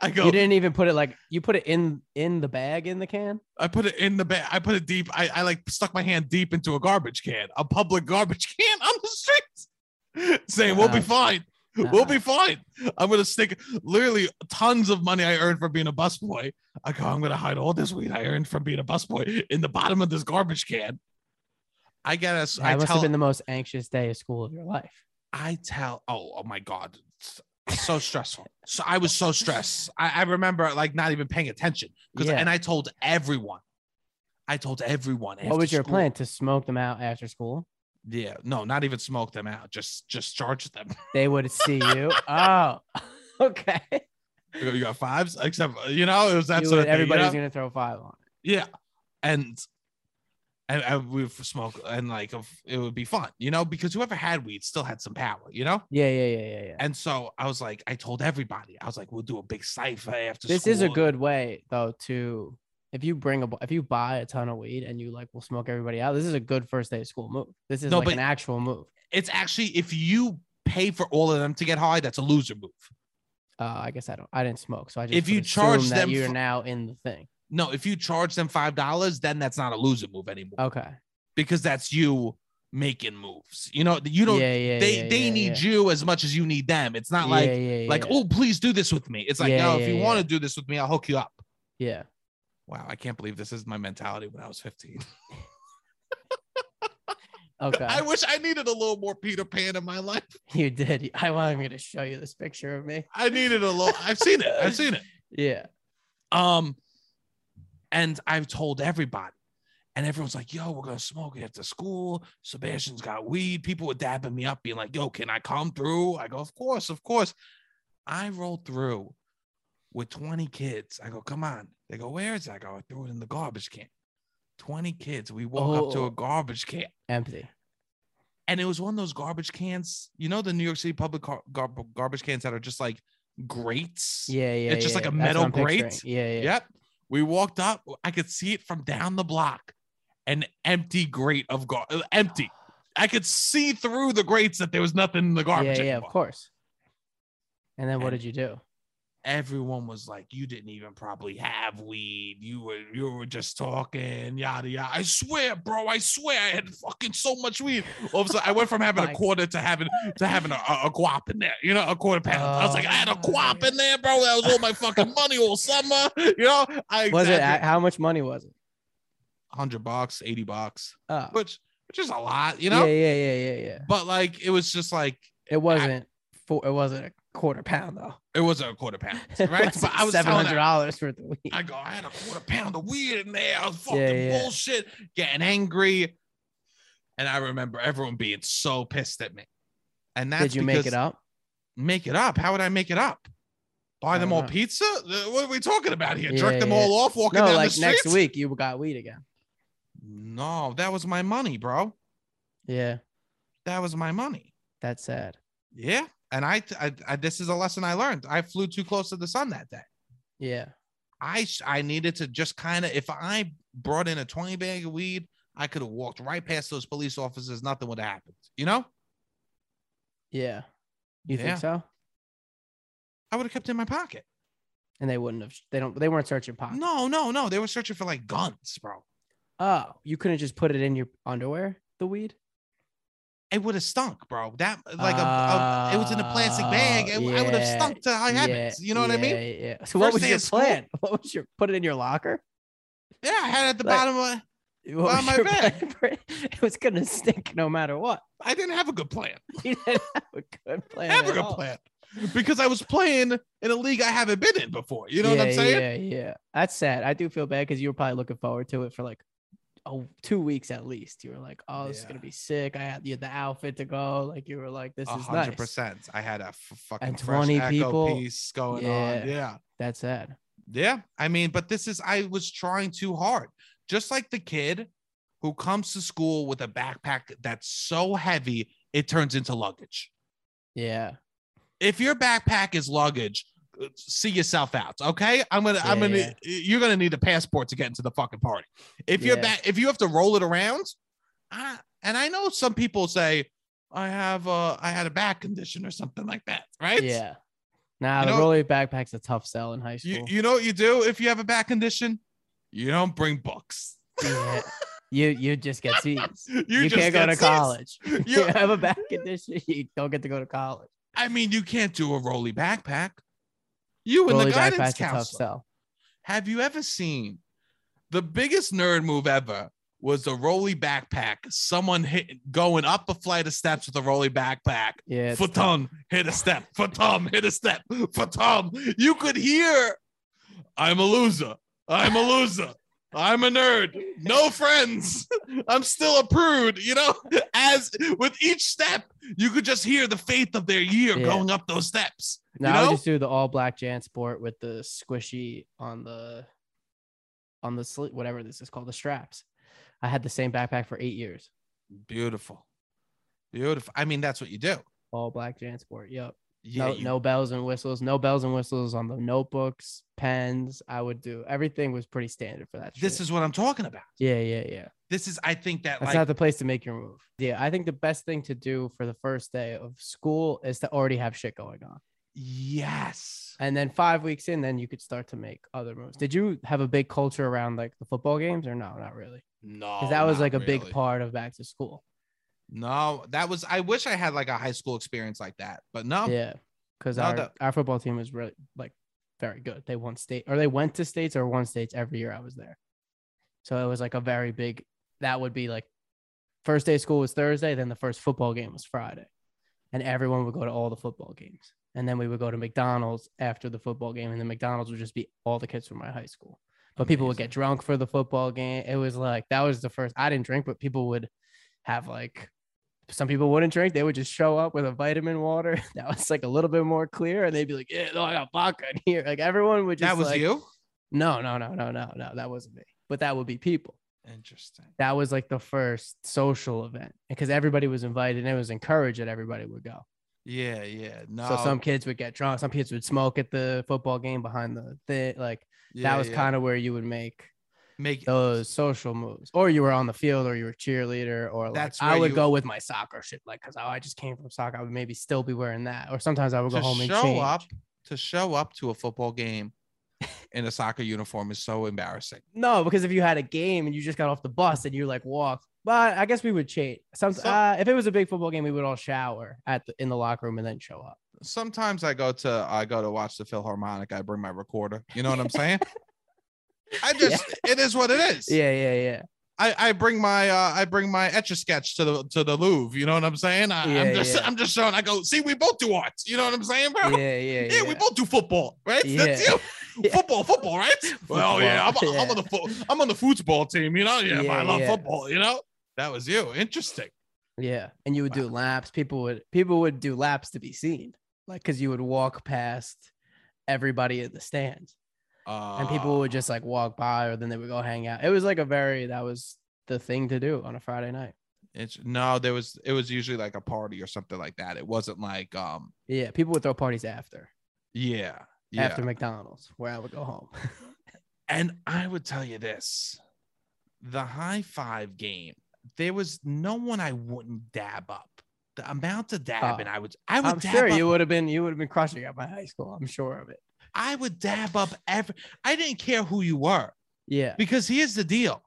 Speaker 1: I go.
Speaker 2: You didn't even put it like you put it in in the bag in the can.
Speaker 1: I put it in the bag. I put it deep. I, I like stuck my hand deep into a garbage can, a public garbage [LAUGHS] can on the streets, saying, We'll be
Speaker 2: Nah.
Speaker 1: fine.
Speaker 2: Nah.
Speaker 1: We'll be
Speaker 2: Uh-huh.
Speaker 1: fine. I'm going to stick literally tons of money I earned from being a busboy. I go, I'm going to hide all this weed I earned from being a busboy in the bottom of this garbage can. I guess
Speaker 2: That
Speaker 1: I
Speaker 2: must
Speaker 1: tell,
Speaker 2: have been the most anxious day of school of your life.
Speaker 1: I tell, oh, oh my God. It's so stressful. So I was so stressed. I, I remember like not even paying attention. Because
Speaker 2: Yeah.
Speaker 1: and I told everyone. I told everyone.
Speaker 2: what
Speaker 1: after
Speaker 2: was your
Speaker 1: school.
Speaker 2: plan to smoke them out after school?
Speaker 1: Yeah, no, not even smoke them out. Just just charge them. [LAUGHS]
Speaker 2: They would see you. oh, [LAUGHS] okay.
Speaker 1: You go, "You got fives, except uh, you know it was that
Speaker 2: You
Speaker 1: sort
Speaker 2: would-
Speaker 1: of thing. you
Speaker 2: everybody's
Speaker 1: know?
Speaker 2: gonna throw five on. it.
Speaker 1: Yeah, and and, and we would smoke and like if- it would be fun, you know, because whoever had weed still had some power, you know.
Speaker 2: Yeah, yeah, yeah, yeah, yeah.
Speaker 1: And so I was like, I told everybody, I was like, we'll do a big cipher after.
Speaker 2: this is a
Speaker 1: school."
Speaker 2: good way though to if you bring a bu- if you buy a ton of weed and you like will smoke everybody out. This is a good first day of school move. This is
Speaker 1: No,
Speaker 2: like
Speaker 1: but-
Speaker 2: an actual move.
Speaker 1: It's actually if you pay for all of them to get high, that's a loser move.
Speaker 2: Uh, I guess I don't. I didn't smoke, so I just
Speaker 1: If
Speaker 2: would
Speaker 1: you
Speaker 2: assume
Speaker 1: charge
Speaker 2: that
Speaker 1: them
Speaker 2: you're
Speaker 1: for-
Speaker 2: now in the thing.
Speaker 1: No, if you charge them five dollars, then that's not a loser move anymore
Speaker 2: Okay.
Speaker 1: because that's you making moves. You know, you don't
Speaker 2: yeah, yeah.
Speaker 1: they
Speaker 2: yeah,
Speaker 1: they
Speaker 2: yeah,
Speaker 1: need
Speaker 2: yeah.
Speaker 1: you as much as you need them. It's not like
Speaker 2: Yeah, yeah,
Speaker 1: like
Speaker 2: yeah.
Speaker 1: oh please do this with me. It's like
Speaker 2: Yeah,
Speaker 1: no,
Speaker 2: yeah,
Speaker 1: if you
Speaker 2: yeah.
Speaker 1: want to do this with me, I'll hook you up.
Speaker 2: yeah.
Speaker 1: Wow, I can't believe this is my mentality when I was 15.
Speaker 2: Okay.
Speaker 1: [LAUGHS] [LAUGHS] I wish I needed a little more Peter Pan in my life.
Speaker 2: [LAUGHS] you did. [LAUGHS] I want. I'm gonna show you this picture of me.
Speaker 1: I needed a little. I've seen it. I've seen it.
Speaker 2: Yeah.
Speaker 1: Um, and I've told everybody, and everyone's like, "Yo, we're gonna smoke after school." Sebastian's got weed. People were dabbing me up, being like, "Yo, can I come through?" I go, "Of course, of course." I rolled through with 20 kids. I go, "Come on." They go, "Where is it?" I go, "I threw it in the garbage can." 20 kids. We walk up to
Speaker 2: Oh.
Speaker 1: a garbage can,
Speaker 2: Empty.
Speaker 1: and it was one of those garbage cans. You know the New York City public gar- gar- garbage cans that are just like grates.
Speaker 2: Yeah, yeah.
Speaker 1: It's just
Speaker 2: yeah.
Speaker 1: like a
Speaker 2: That's what
Speaker 1: metal
Speaker 2: I'm picturing.
Speaker 1: grate.
Speaker 2: Yeah, yeah.
Speaker 1: Yep. We walked up. I could see it from down the block. An empty grate of gar- uh, empty. I could see through the grates that there was nothing in the garbage.
Speaker 2: Yeah, yeah. Of
Speaker 1: anymore.
Speaker 2: course. And then what
Speaker 1: And-
Speaker 2: did you do?
Speaker 1: Everyone was like, "You didn't even probably have weed. You were you were just talking, yada yada." I swear, bro. I swear, I had fucking so much weed. All of a sudden, I went from
Speaker 2: [LAUGHS]
Speaker 1: having a
Speaker 2: Nice.
Speaker 1: quarter to having to having a, a, a guap in there. You know, a quarter pound. I was like, I had a
Speaker 2: Oh,
Speaker 1: guap
Speaker 2: yeah.
Speaker 1: in there, bro. That was all my fucking money all summer. [LAUGHS] You know, [LAUGHS] I
Speaker 2: Was it a- how much money was it?
Speaker 1: hundred bucks, eighty bucks?
Speaker 2: Oh,
Speaker 1: which which is a lot, you know.
Speaker 2: Yeah, yeah, yeah, yeah, yeah.
Speaker 1: But like, it was just like
Speaker 2: It wasn't four. It wasn't a quarter pound though. [LAUGHS]
Speaker 1: it wasn't a quarter pound,
Speaker 2: It
Speaker 1: right?
Speaker 2: wasn't
Speaker 1: but I was
Speaker 2: seven
Speaker 1: telling
Speaker 2: hundred
Speaker 1: her,
Speaker 2: dollars for the week.
Speaker 1: I go, I had a quarter pound of weed in there. I was fucking
Speaker 2: Yeah, yeah.
Speaker 1: bullshit, getting angry, and I remember everyone being so pissed at me. And that's
Speaker 2: Did you make
Speaker 1: because-
Speaker 2: it up?
Speaker 1: Make it up? How would I make it up? Buy
Speaker 2: I
Speaker 1: them
Speaker 2: don't
Speaker 1: all
Speaker 2: know.
Speaker 1: pizza? Uh, What are we talking about here?
Speaker 2: Yeah,
Speaker 1: Jerk them
Speaker 2: yeah.
Speaker 1: all off, walking
Speaker 2: No,
Speaker 1: down
Speaker 2: like
Speaker 1: the streets?
Speaker 2: next week you got weed again.
Speaker 1: No, that was my money, bro.
Speaker 2: Yeah,
Speaker 1: That was my money.
Speaker 2: that's sad.
Speaker 1: Yeah. And I, I, I this is a lesson I learned. I flew too close to the sun that day.
Speaker 2: Yeah,
Speaker 1: I sh- I needed to just kind of if I brought in a 20 bag of weed, I could have walked right past those police officers, nothing would have happened. You know?
Speaker 2: yeah. You
Speaker 1: Yeah.
Speaker 2: think so?
Speaker 1: I would have kept it in my pocket.
Speaker 2: And they wouldn't have. They don't. They weren't searching pockets.
Speaker 1: No, no, no. They were searching for like guns, bro.
Speaker 2: Oh, you couldn't just put it in your underwear. The weed.
Speaker 1: It would have stunk, bro. That like a, a- it was in a plastic bag. It, I would have
Speaker 2: Ah, Yeah,
Speaker 1: stunk to high heavens. You know what I mean?
Speaker 2: Yeah, yeah. So what
Speaker 1: First
Speaker 2: was
Speaker 1: day
Speaker 2: your
Speaker 1: of school-
Speaker 2: plan? [LAUGHS] What was your put it in your locker?
Speaker 1: Yeah, I had it at the
Speaker 2: Like-
Speaker 1: bottom.
Speaker 2: What
Speaker 1: Of, Well,
Speaker 2: was
Speaker 1: my
Speaker 2: your plan for it? [LAUGHS] It was gonna stink no matter what.
Speaker 1: I didn't have a good plan.
Speaker 2: [LAUGHS] You didn't have a good plan.
Speaker 1: Have a
Speaker 2: at
Speaker 1: good
Speaker 2: all.
Speaker 1: plan because I was playing in a league I haven't been in before. You know what I'm saying?
Speaker 2: Yeah, yeah. That's sad. I do feel bad because you were probably looking forward to it for like oh, two weeks at least. You were like, oh, this is gonna
Speaker 1: Yeah.
Speaker 2: be sick. I had you had the outfit to go. Like you were like, this
Speaker 1: A
Speaker 2: is nice.
Speaker 1: percent. I had a f- fucking
Speaker 2: And
Speaker 1: fresh
Speaker 2: 20
Speaker 1: echo
Speaker 2: people-
Speaker 1: piece going
Speaker 2: Yeah.
Speaker 1: on. Yeah.
Speaker 2: That's sad.
Speaker 1: Yeah. I mean, but this is, I was trying too hard. Just like the kid who comes to school with a backpack that's so heavy, it turns into luggage.
Speaker 2: Yeah.
Speaker 1: If your backpack is luggage, see yourself out. Okay. I'm going to, I'm
Speaker 2: Yeah,
Speaker 1: going to,
Speaker 2: yeah.
Speaker 1: you're going to need a passport to get into the fucking party. If you're
Speaker 2: Yeah.
Speaker 1: back, if you have to roll it around, I, and I know some people say, I have a, I had a back condition or something like that. Right.
Speaker 2: yeah. Nah,
Speaker 1: You
Speaker 2: the
Speaker 1: know-
Speaker 2: rolly backpack's a tough sell in high
Speaker 1: You,
Speaker 2: school.
Speaker 1: you know what you do if you have a back condition? You don't bring books. [LAUGHS]
Speaker 2: yeah. You you just get C's.
Speaker 1: You,
Speaker 2: You,
Speaker 1: just
Speaker 2: can't go
Speaker 1: get
Speaker 2: to
Speaker 1: seats.
Speaker 2: college. [LAUGHS] You
Speaker 1: You-
Speaker 2: have a back condition. You don't get to go to college.
Speaker 1: I mean, you can't do a rolly backpack. You and
Speaker 2: Rolly
Speaker 1: the guidance
Speaker 2: backpack's a tough
Speaker 1: counselor.
Speaker 2: sell.
Speaker 1: Have you ever seen the biggest nerd move ever? Was the rolly backpack someone hit going up a flight of steps with a rolly backpack?
Speaker 2: Yeah. it's tough.
Speaker 1: Fatum hit a step. Fatum hit a step. Fatum. You could hear, I'm a loser. I'm a loser. I'm a nerd. No friends. [LAUGHS] I'm still a prude. You know, as with each step, you could just hear the faith of their year
Speaker 2: Yeah.
Speaker 1: going up those steps.
Speaker 2: No,
Speaker 1: you
Speaker 2: I would
Speaker 1: know?
Speaker 2: just do the all black Jan sport with the squishy on the on the slit, whatever this is called, the straps. I had the same backpack for eight years.
Speaker 1: Beautiful. Beautiful. I mean, that's what you do.
Speaker 2: All black Jan sport. Yep.
Speaker 1: Yeah,
Speaker 2: no,
Speaker 1: you-
Speaker 2: no bells and whistles. No bells and whistles on the notebooks, pens. I would do everything was pretty standard for that.
Speaker 1: This is what I'm talking about.
Speaker 2: yeah, yeah, yeah.
Speaker 1: This is, I think that,
Speaker 2: That's
Speaker 1: like,
Speaker 2: not the place to make your move. Yeah, I think the best thing to do for the first day of school is to already have shit going on,
Speaker 1: yes.
Speaker 2: and then five weeks in, then you could start to make other moves. Did you have a big culture around like the football games, or no, not really?
Speaker 1: No.
Speaker 2: Because that was
Speaker 1: Oh, not
Speaker 2: like a big
Speaker 1: really.
Speaker 2: part of back to school.
Speaker 1: No, that was I wish I had like a high school experience like that, but no.
Speaker 2: yeah, because
Speaker 1: no,
Speaker 2: our
Speaker 1: Um, that-
Speaker 2: our football team was really like very good. They won state or they went to states or won states every year I was there. So it was like a very big. That would be like first day of school was Thursday, then the first football game was Friday, and everyone would go to all the football games, and then we would go to McDonald's after the football game, and the McDonald's would just be all the kids from my high school. But people would
Speaker 1: Amazing.
Speaker 2: get drunk for the football game. It was like that was the first. I didn't drink, but people would have like some people wouldn't drink. They would just show up with a vitamin water [LAUGHS] that was like a little bit more clear, and they'd be like, "Yeah, no, I got vodka in here." Like everyone would just
Speaker 1: that was
Speaker 2: like,
Speaker 1: you.
Speaker 2: No, no, no, no, no, no. That wasn't me. But that would be people.
Speaker 1: Interesting.
Speaker 2: That was like the first social event because everybody was invited and it was encouraged that everybody would go.
Speaker 1: Yeah, yeah. No.
Speaker 2: So some kids would get drunk, some kids would smoke at the football game behind the thing. Like that was kind of where you would make
Speaker 1: of make
Speaker 2: those uh, social moves, or you were on the field, or you were cheerleader, or like
Speaker 1: That's
Speaker 2: I
Speaker 1: where
Speaker 2: would
Speaker 1: you-
Speaker 2: go with my soccer shit, like because I just came from soccer, I would maybe still be wearing that, or sometimes I would go
Speaker 1: to
Speaker 2: home and
Speaker 1: show
Speaker 2: change.
Speaker 1: up to show up to a football game [LAUGHS] in a soccer uniform is so embarrassing.
Speaker 2: No, because if you had a game and you just got off the bus and you like walked, but I guess we would change. Some
Speaker 1: So-
Speaker 2: uh, if it was a big football game, we would all shower at the, in the locker room and then show up.
Speaker 1: Sometimes I go to I go to watch the Philharmonic, I bring my recorder. You know what
Speaker 2: [LAUGHS]
Speaker 1: I'm saying? I just it is what it is.
Speaker 2: Yeah, yeah, yeah.
Speaker 1: I, I bring my uh, I bring my etch a sketch to the to the Louvre. You know what I'm saying? I,
Speaker 2: Yeah,
Speaker 1: I'm just
Speaker 2: yeah.
Speaker 1: I'm just showing. I go see we both do arts. You know what I'm saying,
Speaker 2: [LAUGHS]
Speaker 1: bro?
Speaker 2: Yeah, yeah, yeah.
Speaker 1: [LAUGHS] Yeah, we both do football, right?
Speaker 2: [LAUGHS]
Speaker 1: That's
Speaker 2: Yeah.
Speaker 1: you. Football, football, right? Well, yeah, I'm,
Speaker 2: Football,
Speaker 1: I'm on
Speaker 2: yeah.
Speaker 1: the fo- I'm on the football team, you know. Yeah, but I
Speaker 2: Yeah,
Speaker 1: love
Speaker 2: yeah.
Speaker 1: football, you know. That was you. Interesting.
Speaker 2: Yeah, and you would do laps. People would people would do laps to be seen, like because you would walk past everybody in the stands,
Speaker 1: Uh,
Speaker 2: and people would just like walk by, or then they would go hang out. It was like a very that was the thing to do on a Friday night.
Speaker 1: It's, no, there was it was usually like a party or something like that. It wasn't like um
Speaker 2: Yeah, people would throw parties after
Speaker 1: yeah yeah.
Speaker 2: after McDonald's, where I would go home.
Speaker 1: And I would tell you this, the high five game. There was no one I wouldn't dab up. The amount of dabbing I would I would
Speaker 2: Uh, I'm
Speaker 1: dab
Speaker 2: sure
Speaker 1: up
Speaker 2: you would have been you would have been crushing at my high school. I'm sure of it.
Speaker 1: I would dab up every I didn't care who you were.
Speaker 2: Yeah,
Speaker 1: Because here's the deal.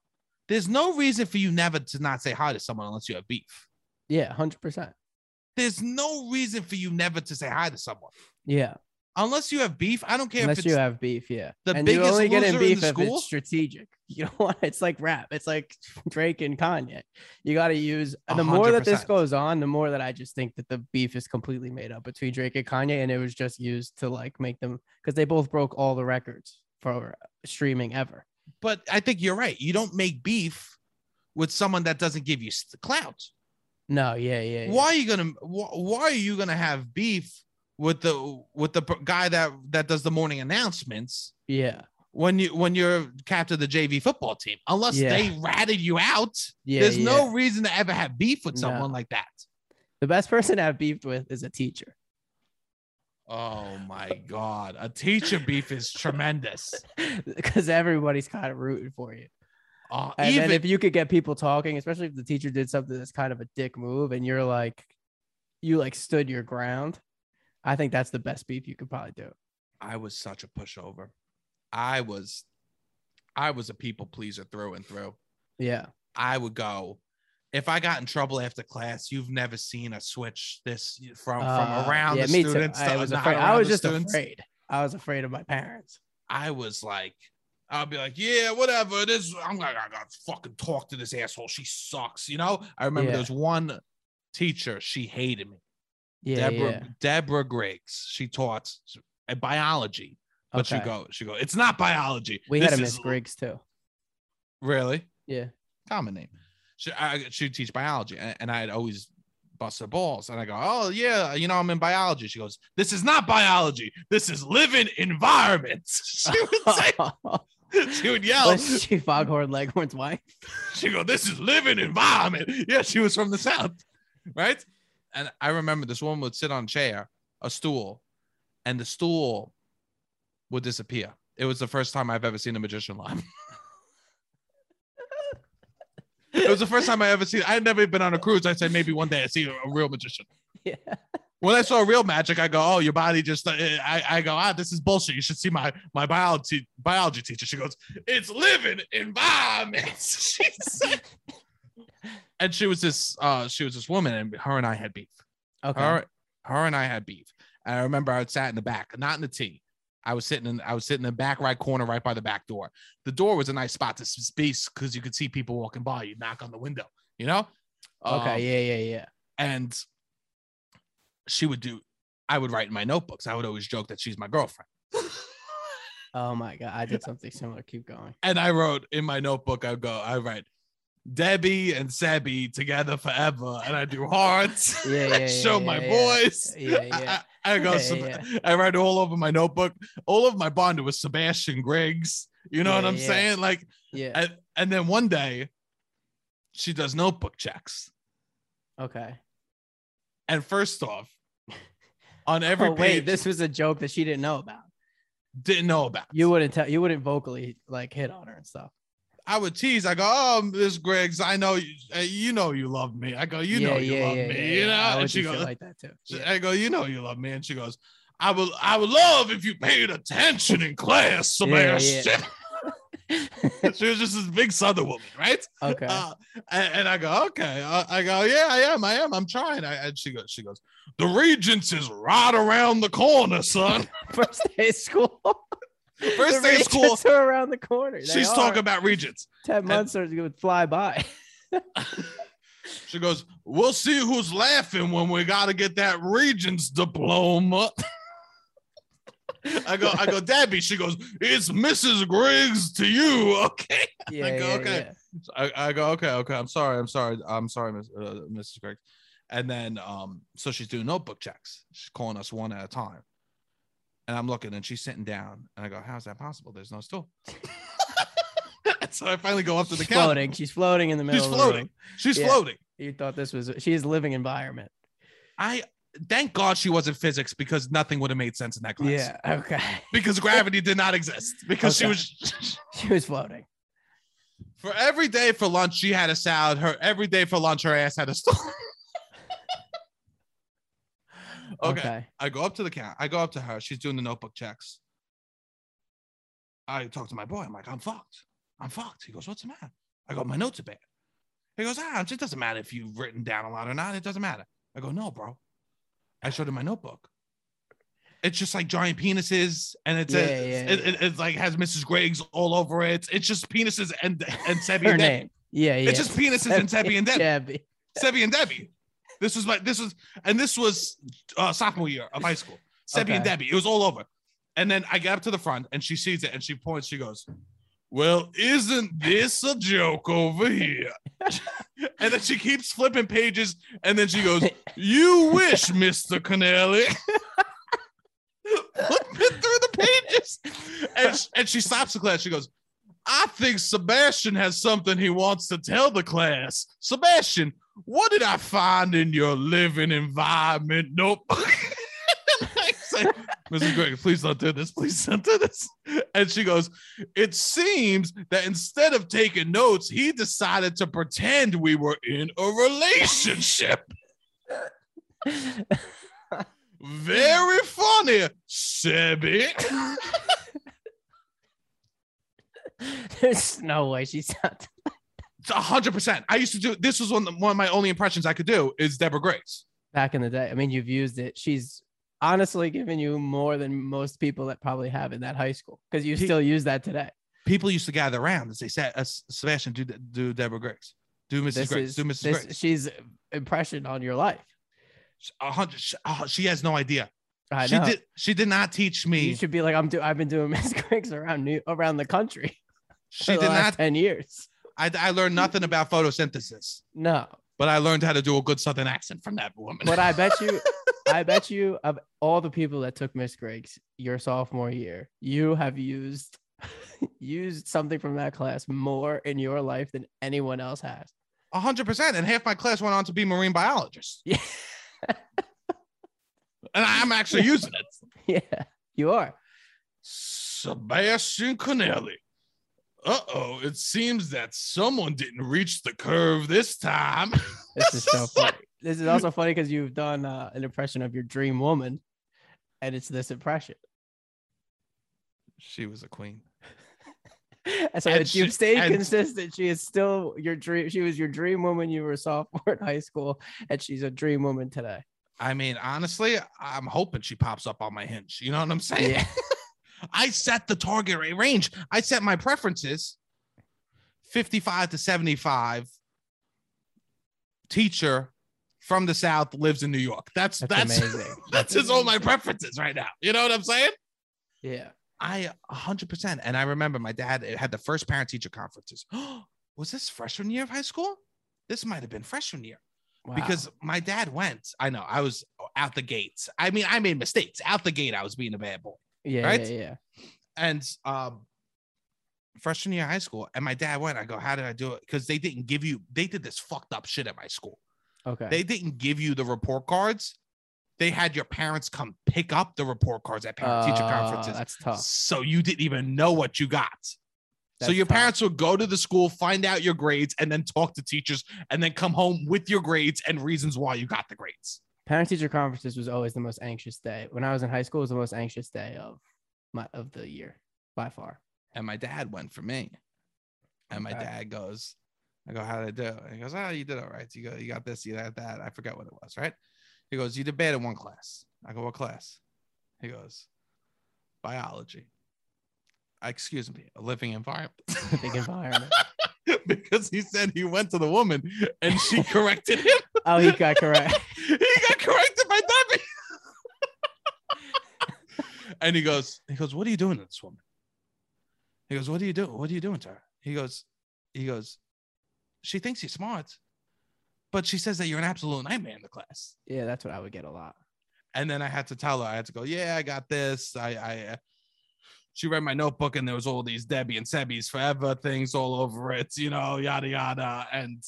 Speaker 1: There's no reason for you never to not say hi to someone unless you have beef.
Speaker 2: yeah, hundred percent.
Speaker 1: There's no reason for you never to say hi to someone
Speaker 2: Yeah,
Speaker 1: unless you have beef. I don't care if
Speaker 2: unless
Speaker 1: it's
Speaker 2: you have beef. Yeah,
Speaker 1: the
Speaker 2: and you
Speaker 1: biggest
Speaker 2: only get in
Speaker 1: loser in
Speaker 2: beef
Speaker 1: the
Speaker 2: if
Speaker 1: school?
Speaker 2: it's strategic. [LAUGHS] You don't want it's like rap. It's like [LAUGHS] Drake and Kanye. You got to use the more that this
Speaker 1: 100%.
Speaker 2: goes on, the more that I just think that the beef is completely made up between Drake and Kanye, and it was just used to like make them because they both broke all the records for streaming ever.
Speaker 1: But I think you're right. You don't make beef with someone that doesn't give you s- clout.
Speaker 2: No, yeah, yeah, yeah.
Speaker 1: Why are you gonna? Wh- why are you gonna have beef with the with the p- guy that that does the morning announcements
Speaker 2: Yeah.
Speaker 1: when you when you're captain of the JV football team, unless
Speaker 2: Yeah.
Speaker 1: they ratted you out.
Speaker 2: Yeah.
Speaker 1: there's
Speaker 2: yeah.
Speaker 1: no reason to ever have beef with
Speaker 2: No.
Speaker 1: someone like that.
Speaker 2: the best person to have beefed with is a teacher. [LAUGHS]
Speaker 1: Oh my god, a teacher beef is tremendous.
Speaker 2: Because everybody's kind of rooting for you.
Speaker 1: Uh,
Speaker 2: And
Speaker 1: even
Speaker 2: then if you could get people talking, especially if the teacher did something that's kind of a dick move and you're like you like stood your ground, I think that's the best beef you could probably do.
Speaker 1: I was such a pushover, I was, I was a people pleaser through and through.
Speaker 2: Yeah.
Speaker 1: I would go. If I got in trouble after class, you've never seen a switch this from
Speaker 2: Uh,
Speaker 1: from around
Speaker 2: yeah,
Speaker 1: the
Speaker 2: me too.
Speaker 1: students.
Speaker 2: I
Speaker 1: to
Speaker 2: was
Speaker 1: not
Speaker 2: afraid. I
Speaker 1: around
Speaker 2: was
Speaker 1: the
Speaker 2: just
Speaker 1: students.
Speaker 2: afraid. I was afraid of my parents.
Speaker 1: I was like, I'll be like, yeah, whatever. This I'm like, I gotta fucking talk to this asshole. She sucks, you know. I remember
Speaker 2: Yeah.
Speaker 1: there was one teacher. She hated me.
Speaker 2: Yeah.
Speaker 1: Deborah
Speaker 2: yeah.
Speaker 1: Deborah Griggs. She taught uh, biology, but she
Speaker 2: Okay.
Speaker 1: go she go. It's not biology.
Speaker 2: We
Speaker 1: This
Speaker 2: had a
Speaker 1: is
Speaker 2: Miss Griggs too.
Speaker 1: Really
Speaker 2: Yeah.
Speaker 1: [LAUGHS] common name. She I, she'd teach biology, and, and I'd always bust her balls. And I go, oh yeah, you know I'm in biology. She goes, this is not biology. This is living environments. [LAUGHS] She would
Speaker 2: [LAUGHS]
Speaker 1: say, she would yell.
Speaker 2: Was she Foghorn Leghorn's wife? [LAUGHS]
Speaker 1: She go, this is living environment. Yeah, she was from the south, right? And I remember this woman would sit on a chair, a stool, and the stool would disappear. It was the first time I've ever seen a magician live. [LAUGHS] it was the first time I ever seen. I had never been on a cruise. I said maybe one day I see a real magician.
Speaker 2: Yeah.
Speaker 1: When I saw real magic, I go, "Oh, your body just." uh, I, I go, "Ah, this is bullshit." You should see my my biology biology teacher. She goes, "It's living environments." [LAUGHS] She said- and she was this uh, she was this woman, and her and I had beef.
Speaker 2: Okay.
Speaker 1: Her her and I had beef. And I remember I sat in the back, not in the T. I was sitting in I was sitting in the back right corner, right by the back door. The door was a nice spot to s- space because you could see people walking by. You knock on the window, you know.
Speaker 2: Okay.
Speaker 1: Um,
Speaker 2: yeah. Yeah. Yeah.
Speaker 1: and she would do i would write in my notebooks i would always joke that she's my
Speaker 2: [LAUGHS]
Speaker 1: girlfriend
Speaker 2: Oh my god. I did something similar. Keep going.
Speaker 1: and i wrote in my notebook i go i write debbie and sebby together forever and i do hearts [LAUGHS]
Speaker 2: Yeah. Yeah. yeah
Speaker 1: I show
Speaker 2: yeah,
Speaker 1: my
Speaker 2: yeah.
Speaker 1: voice
Speaker 2: [LAUGHS] Yeah.
Speaker 1: [LAUGHS]
Speaker 2: Yeah.
Speaker 1: I, I, I go
Speaker 2: Yeah,
Speaker 1: Seb-
Speaker 2: yeah.
Speaker 1: i write all over my notebook all over my bond was sebastian griggs you know
Speaker 2: Yeah,
Speaker 1: what i'm
Speaker 2: yeah.
Speaker 1: saying like
Speaker 2: Yeah.
Speaker 1: and, and then one day she does notebook checks
Speaker 2: Okay.
Speaker 1: and first off
Speaker 2: [LAUGHS]
Speaker 1: on every
Speaker 2: oh,
Speaker 1: page
Speaker 2: wait, this was a joke that she didn't know about.
Speaker 1: didn't know about
Speaker 2: You wouldn't tell. You wouldn't vocally like hit on her and stuff.
Speaker 1: I would tease. I go, oh, Miss Griggs, I know you, uh, you know you love me. I go, you know you love me. you know,
Speaker 2: I
Speaker 1: and
Speaker 2: would
Speaker 1: she
Speaker 2: do
Speaker 1: goes,
Speaker 2: shit like that
Speaker 1: [LAUGHS]
Speaker 2: too.
Speaker 1: she-
Speaker 2: Yeah.
Speaker 1: I go, you know you love me, and she goes, I will, I would love if you paid attention in class,
Speaker 2: Yeah,
Speaker 1: Sebastian.
Speaker 2: [LAUGHS]
Speaker 1: [LAUGHS] she was just this big Southern woman, right?
Speaker 2: okay.
Speaker 1: Uh, and, and I go, okay. Uh, I go, yeah, I am, I am, I'm trying. I, and she goes, she goes, the Regents is right around the corner, son.
Speaker 2: [LAUGHS] First day of school.
Speaker 1: First day of school,
Speaker 2: Regents are around the corner. [LAUGHS] They
Speaker 1: she's
Speaker 2: are.
Speaker 1: talking about Regents.
Speaker 2: ten months are going to fly by. [LAUGHS]
Speaker 1: She goes, We'll see who's laughing when we gotta get that Regents diploma. [LAUGHS] I go, I go, Debbie. She goes, It's Mrs. Griggs to you. [LAUGHS] Okay.
Speaker 2: Yeah,
Speaker 1: Like,
Speaker 2: yeah,
Speaker 1: okay.
Speaker 2: yeah.
Speaker 1: So I, I go, okay, okay. I'm sorry. I'm sorry. I'm sorry, Miss, uh, Mrs. Griggs. And then um, so she's doing notebook checks. She's calling us one at a time. And I'm looking and she's sitting down. And I go, How's that possible? There's no stool. [LAUGHS] so I finally go up to the
Speaker 2: She's
Speaker 1: counter.
Speaker 2: floating. She's floating in the middle.
Speaker 1: She's
Speaker 2: of the
Speaker 1: floating.
Speaker 2: room.
Speaker 1: She's
Speaker 2: Yeah.
Speaker 1: floating.
Speaker 2: You thought this was she's living environment.
Speaker 1: I thank God she wasn't physics because nothing would have made sense in that class.
Speaker 2: Yeah. Okay.
Speaker 1: Because gravity did not exist. Because
Speaker 2: Okay.
Speaker 1: she was
Speaker 2: [LAUGHS]
Speaker 1: [LAUGHS]
Speaker 2: She was floating.
Speaker 1: for every day for lunch she had a salad. Her every day for lunch her ass had a stool. [LAUGHS] okay. I go up to the count. I go up to her. She's doing the notebook checks. I talk to my boy. I'm like, I'm fucked. I'm fucked. He goes, What's the matter? I go, My notes are bad. He goes, Ah, it just doesn't matter if you've written down a lot or not. It doesn't matter. I go, No, bro. I showed him my notebook. It's just like giant penises, and it's
Speaker 2: Yeah,
Speaker 1: a,
Speaker 2: yeah,
Speaker 1: it, it- it's like has Mrs. Griggs all over it. It's just penises and and
Speaker 2: [LAUGHS]
Speaker 1: Sebby
Speaker 2: Her
Speaker 1: and Debbie.
Speaker 2: name. Yeah. Yeah.
Speaker 1: It's just penises and Sebby and Debbie.
Speaker 2: Debbie.
Speaker 1: Sebby and Debbie. This was my this was and this was uh, sophomore year of high school. Sebby
Speaker 2: Okay.
Speaker 1: and Debbie. It was all over. And then I get up to the front and she sees it and she points. She goes, "Well, isn't this a joke over here?" and then she keeps flipping pages and then she goes, "You wish, Mister Connelly." [LAUGHS] and, sh- and she stops the class. She goes, I think Sebastian has something he wants to tell the class. Sebastian, what did I find in your living environment? Nope. [LAUGHS] And I say, Mrs. Gregg, please don't do this. Please don't do this. And she goes, It seems that instead of taking notes, he decided to pretend we were in a relationship. Very funny, Sebby.
Speaker 2: [LAUGHS] There's no way she's not.
Speaker 1: A hundred percent. I used to do this was one of, the, one of my only impressions I could do is Deborah Grace.
Speaker 2: Back in the day, I mean, you've used it. She's honestly given you more than most people that probably have in that high school because you
Speaker 1: He-
Speaker 2: still use that today.
Speaker 1: People used to gather around and say, "Sa- uh, Sebastian, do do Deborah Grace, do Mrs.
Speaker 2: This
Speaker 1: Grace,
Speaker 2: is
Speaker 1: do Mrs.
Speaker 2: this,
Speaker 1: Grace."
Speaker 2: she's impression on your life.
Speaker 1: A hundred. She, oh, she has no idea.
Speaker 2: I
Speaker 1: she
Speaker 2: know.
Speaker 1: did. She did not teach
Speaker 2: you
Speaker 1: me.
Speaker 2: should be like, I'm do. I've been doing [LAUGHS] Miss Griggs around new around the country
Speaker 1: She
Speaker 2: for
Speaker 1: did
Speaker 2: the last
Speaker 1: not.
Speaker 2: ten years.
Speaker 1: I, I learned nothing about photosynthesis,
Speaker 2: No,
Speaker 1: but I learned how to do a good Southern accent from that woman.
Speaker 2: but I bet you, [LAUGHS] I bet you, of all the people that took Miss Griggs your sophomore year, you have used [LAUGHS] used something from that class more in your life than anyone else has. [LAUGHS]
Speaker 1: A hundred percent. And half my class went on to be marine biologists,
Speaker 2: Yeah,
Speaker 1: [LAUGHS] and I'm actually using it.
Speaker 2: yeah, you are.
Speaker 1: Sebastian Connelly. Uh oh, it seems that someone didn't reach the curve this time.
Speaker 2: This is
Speaker 1: [LAUGHS]
Speaker 2: so funny. This is also funny because you've done uh, an impression of your dream woman, and it's this impression. [LAUGHS]
Speaker 1: She was a queen.
Speaker 2: And so
Speaker 1: And
Speaker 2: if
Speaker 1: she-
Speaker 2: you've stayed
Speaker 1: and-
Speaker 2: consistent. She is still your dream. She was your dream woman. You were a sophomore in high school, and she's a dream woman today.
Speaker 1: I mean, honestly, I'm hoping she pops up on my hinge. You know what I'm saying? [LAUGHS] I set the target ra- range. I set my preferences 55 to 75. Teacher from the South lives in New York. That's
Speaker 2: That's
Speaker 1: that's [LAUGHS] that's,
Speaker 2: amazing.
Speaker 1: just all my preferences right now. You know what I'm saying?
Speaker 2: yeah.
Speaker 1: I 100%. And I remember my dad had the first parent teacher conferences. [GASPS] was this freshman year of high school? This might have been freshman year
Speaker 2: Wow.
Speaker 1: because my dad went. I know I was out the gates. I mean, I made mistakes out the gate. I was being a bad boy.
Speaker 2: yeah,
Speaker 1: right?
Speaker 2: yeah, yeah.
Speaker 1: And um, freshman year of high school, and my dad went. I go, how did I do it? Because they didn't give you. They did this fucked up shit at my school.
Speaker 2: Okay.
Speaker 1: They didn't give you the report cards. They had your parents come pick up the report cards at parent teacher
Speaker 2: Uh,
Speaker 1: conferences.
Speaker 2: That's tough.
Speaker 1: So you didn't even know what you got. so
Speaker 2: That's
Speaker 1: your
Speaker 2: tough.
Speaker 1: parents would go to the school, find out your grades, and then talk to teachers, and then come home with your grades and reasons why you got the grades.
Speaker 2: Parent teacher conferences was always the most anxious day. When I was in high school, it was the most anxious day of my of the year by far.
Speaker 1: And my dad went for me. And my
Speaker 2: Okay.
Speaker 1: dad goes, I go, how did I do? And he goes, Oh, you did all right. You go, you got this, you got that. I forget what it was, right? He goes, You did bad in one class. I go, What class? He goes, Biology. I, excuse me, a living environment.
Speaker 2: Big
Speaker 1: [LAUGHS]
Speaker 2: environment.
Speaker 1: because he said he went to the woman and she [LAUGHS] corrected him.
Speaker 2: oh, he got correct. [LAUGHS]
Speaker 1: he got corrected by Debbie. [LAUGHS] and he goes, he goes, what are you doing to this woman? He goes, what are you doing? What are you doing to her? He goes, he goes, she thinks you're smart, but she says that you're an absolute nightmare in the class.
Speaker 2: Yeah, that's what I would get a lot.
Speaker 1: And then I had to tell her, I had to go, yeah, I got this. I, I, uh, she read my notebook and there was all these Debbie and Sebby's forever things all over it, you know, yada, yada. And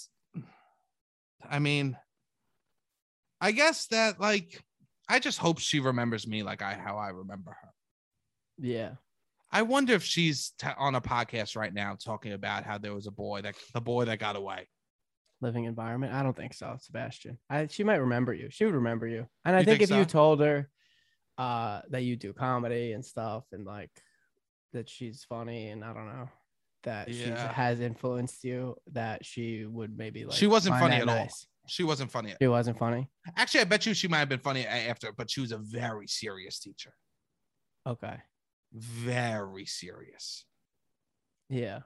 Speaker 1: I mean, I guess that like, I just hope she remembers me like I, how I remember her.
Speaker 2: Yeah.
Speaker 1: I wonder if she's t- on a podcast right now talking about how there was a boy that the boy that got away.
Speaker 2: living environment? I don't think so, Sebastian. I, she might remember you. She would remember you. And I
Speaker 1: You
Speaker 2: think,
Speaker 1: think
Speaker 2: if you
Speaker 1: so?
Speaker 2: told her uh, that you do comedy and stuff and like that she's funny and I don't know that she
Speaker 1: Yeah.
Speaker 2: has influenced you, that she would maybe like.
Speaker 1: She wasn't
Speaker 2: find
Speaker 1: funny
Speaker 2: that
Speaker 1: at all. She wasn't funny.
Speaker 2: She wasn't funny.
Speaker 1: Actually, I bet you she might have been funny a- after, but she was a very serious teacher.
Speaker 2: Okay.
Speaker 1: Very serious.
Speaker 2: Yeah.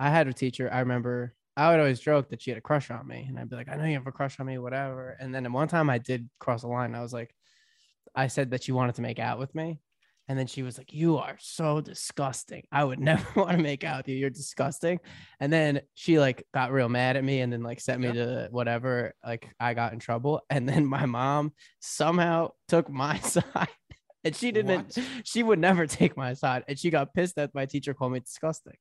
Speaker 2: I had a teacher. I remember I would always joke that she had a crush on me. And I'd be like, I know you have a crush on me, whatever. And then one time I did cross a line. I was like, I said that she wanted to make out with me. And then she was like, You are so disgusting. I would [LAUGHS] never want to make out with you. You're disgusting. And then she like got real mad at me and then like sent me
Speaker 1: Yeah.
Speaker 2: to whatever. Like I got in trouble. And then my [LAUGHS] mom somehow took my side and she didn't. She would never take my side, and she got pissed that my teacher called me disgusting.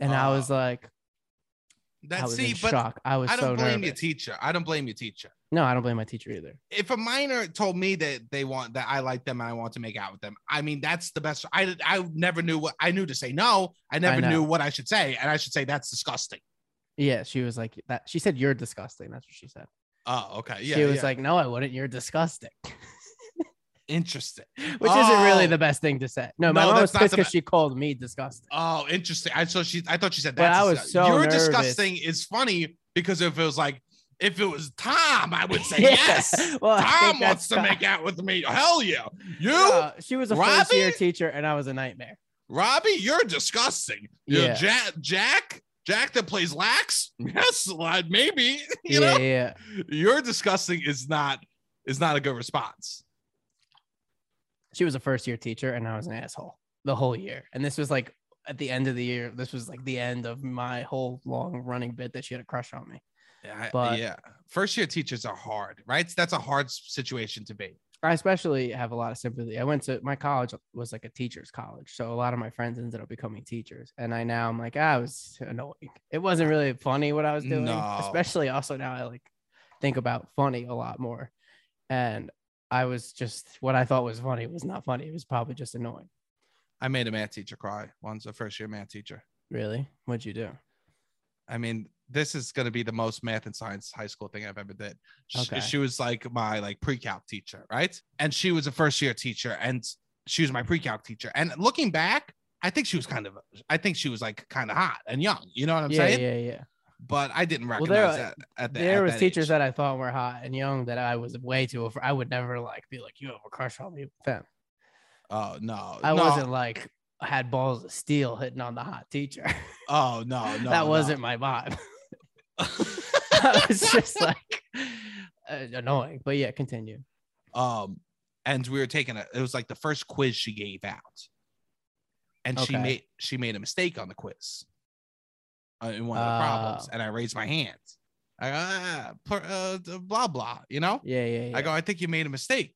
Speaker 2: And I
Speaker 1: Oh.
Speaker 2: was like, I
Speaker 1: That's
Speaker 2: was
Speaker 1: see,
Speaker 2: in
Speaker 1: but
Speaker 2: shock. I was
Speaker 1: I
Speaker 2: so
Speaker 1: don't blame your
Speaker 2: nervous.
Speaker 1: teacher. I don't blame your teacher.
Speaker 2: no, I don't blame my teacher either.
Speaker 1: If a minor told me that they want that I like them and I want to make out with them, I mean that's the best. I I never knew what I knew to say no. I never
Speaker 2: know.
Speaker 1: knew what I should say, and I should say that's disgusting.
Speaker 2: Yeah, she was like that. She said you're disgusting. That's what she said.
Speaker 1: Oh, okay, yeah,
Speaker 2: she was
Speaker 1: yeah.
Speaker 2: like, no, I wouldn't. You're disgusting, [LAUGHS]
Speaker 1: interesting.
Speaker 2: which isn't really
Speaker 1: Oh.
Speaker 2: the best thing to say. No, my
Speaker 1: No,
Speaker 2: mom was
Speaker 1: that's not
Speaker 2: pissed
Speaker 1: the
Speaker 2: because
Speaker 1: be-
Speaker 2: she called me disgusting.
Speaker 1: Oh, interesting. I so she I thought she said
Speaker 2: But
Speaker 1: that.
Speaker 2: I was so
Speaker 1: You're
Speaker 2: nervous.
Speaker 1: disgusting is funny because if it was like if it was Tom, I
Speaker 2: [LAUGHS]
Speaker 1: would [LAUGHS] say yes.
Speaker 2: well, I
Speaker 1: Tom
Speaker 2: think
Speaker 1: wants
Speaker 2: that's
Speaker 1: to
Speaker 2: co- [LAUGHS]
Speaker 1: make out with me. Hell yeah. You,
Speaker 2: No, she was a first year
Speaker 1: Robbie?
Speaker 2: teacher, and I was a nightmare.
Speaker 1: Robbie, you're disgusting. You
Speaker 2: Yeah.
Speaker 1: yeah. Jack, Jack, Jack that plays
Speaker 2: [LAUGHS]
Speaker 1: lax. Yes, lad, maybe. [LAUGHS] [LAUGHS] You
Speaker 2: yeah,
Speaker 1: know,
Speaker 2: yeah.
Speaker 1: you're disgusting is not is not a good response.
Speaker 2: She was a first year teacher, and I was an asshole the whole year. And this was like at the end of the year. This was like the end of my whole long running bit that she had a crush on me.
Speaker 1: Yeah, I-
Speaker 2: But-
Speaker 1: yeah. First year teachers are hard, right? That's a hard s- situation to be.
Speaker 2: I especially have a lot of sympathy. I went to my college was like a teacher's college, so a lot of my friends ended up becoming teachers, and I now I'm like ah, I was annoying. It wasn't really funny what I was doing,
Speaker 1: No.
Speaker 2: especially also now I like think about funny a lot more, and I was just what I thought was funny was not funny. It was probably just annoying.
Speaker 1: I made a math teacher cry once, a first year math teacher.
Speaker 2: Really, what'd you do?
Speaker 1: I mean, this is going to be the most math and science high school thing I've ever did. She,
Speaker 2: Okay.
Speaker 1: she was like my like pre-calc teacher, right? And she was a first year teacher, and she was my pre-calc teacher. And looking back, I think she was kind of, I think she was like kind of hot and young. You know what I'm
Speaker 2: yeah,
Speaker 1: saying?
Speaker 2: yeah, yeah.
Speaker 1: But I didn't
Speaker 2: Well,
Speaker 1: recognize
Speaker 2: there-
Speaker 1: that at the,
Speaker 2: there
Speaker 1: at
Speaker 2: was
Speaker 1: that
Speaker 2: teachers
Speaker 1: age.
Speaker 2: that I thought were hot and young that I was way too. Afraid. I would never like be like you have a crush on me with them.
Speaker 1: Oh no,
Speaker 2: I
Speaker 1: no.
Speaker 2: wasn't like had balls of steel hitting on the hot teacher.
Speaker 1: Oh no,
Speaker 2: [LAUGHS]
Speaker 1: no,
Speaker 2: that
Speaker 1: no.
Speaker 2: wasn't my vibe.
Speaker 1: [LAUGHS]
Speaker 2: [LAUGHS] I was just like uh, annoying. But yeah, continue.
Speaker 1: um and we were taking a it was like the first quiz she gave out and she
Speaker 2: Okay.
Speaker 1: made she made a mistake on the quiz uh, in one of the problems
Speaker 2: Oh.
Speaker 1: and i raised my hand I go, ah, per, uh, d- blah blah you know
Speaker 2: Yeah, yeah, yeah.
Speaker 1: i go i think you made a mistake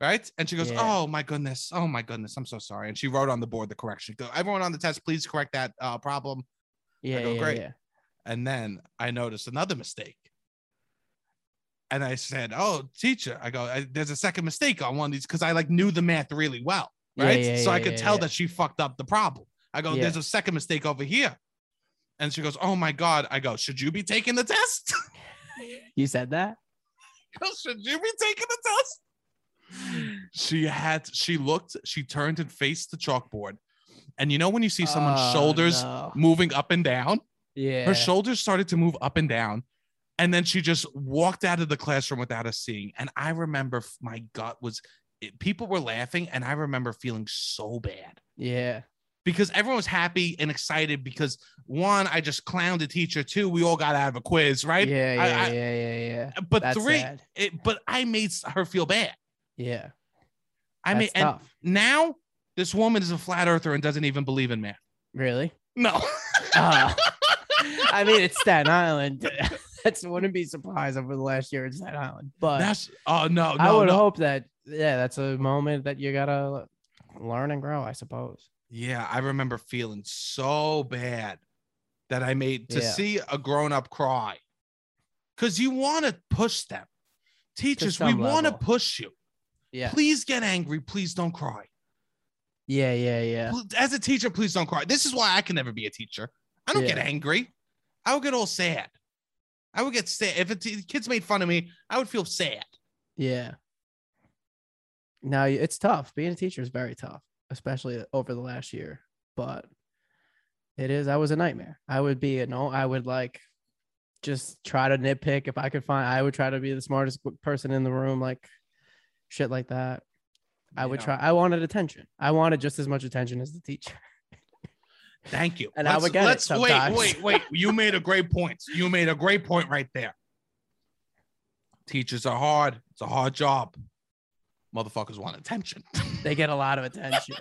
Speaker 1: right and she goes
Speaker 2: Yeah.
Speaker 1: oh my goodness oh my goodness i'm so sorry and she wrote on the board the correction go everyone on the test please correct that uh, problem
Speaker 2: yeah,
Speaker 1: go,
Speaker 2: yeah,
Speaker 1: "Great."
Speaker 2: yeah.
Speaker 1: and then I noticed another mistake. And I said, "Oh, teacher," I go, I, "There's a second mistake on one of these because I like knew the math really well,
Speaker 2: Yeah,
Speaker 1: right?
Speaker 2: yeah,
Speaker 1: so I
Speaker 2: yeah,
Speaker 1: could
Speaker 2: yeah,
Speaker 1: tell
Speaker 2: yeah.
Speaker 1: that she fucked up the problem." I go,
Speaker 2: Yeah.
Speaker 1: "There's a second mistake over here," and she goes, "Oh my god!" I go, "Should you be taking the test? [LAUGHS]
Speaker 2: You said that?
Speaker 1: I go, Should you be taking the test?" She had, she looked, she turned and faced the chalkboard, and you know when you see someone's
Speaker 2: Oh,
Speaker 1: shoulders
Speaker 2: no.
Speaker 1: moving up and down,
Speaker 2: Yeah.
Speaker 1: her shoulders started to move up and down and then she just walked out of the classroom without us seeing and i remember f- my gut was it, people were laughing and i remember feeling so bad
Speaker 2: yeah.
Speaker 1: because everyone was happy and excited because one i just clowned a teacher two we all got out of a quiz right
Speaker 2: Yeah, yeah,
Speaker 1: I- I-
Speaker 2: yeah, yeah, yeah.
Speaker 1: but
Speaker 2: That's
Speaker 1: three
Speaker 2: sad.
Speaker 1: it, but i made s- her feel bad
Speaker 2: Yeah.
Speaker 1: i mean
Speaker 2: That's
Speaker 1: and
Speaker 2: tough.
Speaker 1: now this woman is a flat earther and doesn't even believe in math
Speaker 2: Really?
Speaker 1: no
Speaker 2: Uh, [LAUGHS] I mean, it's Staten Island. [LAUGHS] That's wouldn't be surprised over the last year in Staten Island. But
Speaker 1: [LAUGHS] that's oh no no
Speaker 2: I would
Speaker 1: no.
Speaker 2: hope that yeah, that's a moment that you gotta learn and grow, I suppose.
Speaker 1: Yeah, I remember feeling so bad that I made to
Speaker 2: Yeah.
Speaker 1: see a grown up cry because you want to push them. Teachers, we
Speaker 2: some
Speaker 1: want to
Speaker 2: level.
Speaker 1: push you.
Speaker 2: Yeah.
Speaker 1: Please get angry. Please don't cry.
Speaker 2: Yeah, yeah, yeah.
Speaker 1: Pl- As a teacher, please don't cry. This is why I can never be a teacher. I don't get
Speaker 2: Yeah.
Speaker 1: angry. I would get all sad. I would get sad. If a t- kids made fun of me, I would feel sad.
Speaker 2: Yeah. Now y- it's tough. Being a teacher is very tough, especially over the last year. But it is. I was a nightmare. I would be a no. I would like just try to nitpick if I could find. I would try to be the smartest w- person in the room, like shit like that. I
Speaker 1: You
Speaker 2: would
Speaker 1: know?
Speaker 2: try. I wanted attention. I wanted just as much attention as the teacher. [LAUGHS]
Speaker 1: Thank you.
Speaker 2: And I would get it
Speaker 1: let's wait,
Speaker 2: sometimes.
Speaker 1: wait, wait. You made a great point. You made a great point right there. Teachers are hard. It's a hard job. Motherfuckers want attention. [LAUGHS]
Speaker 2: They get a lot of attention.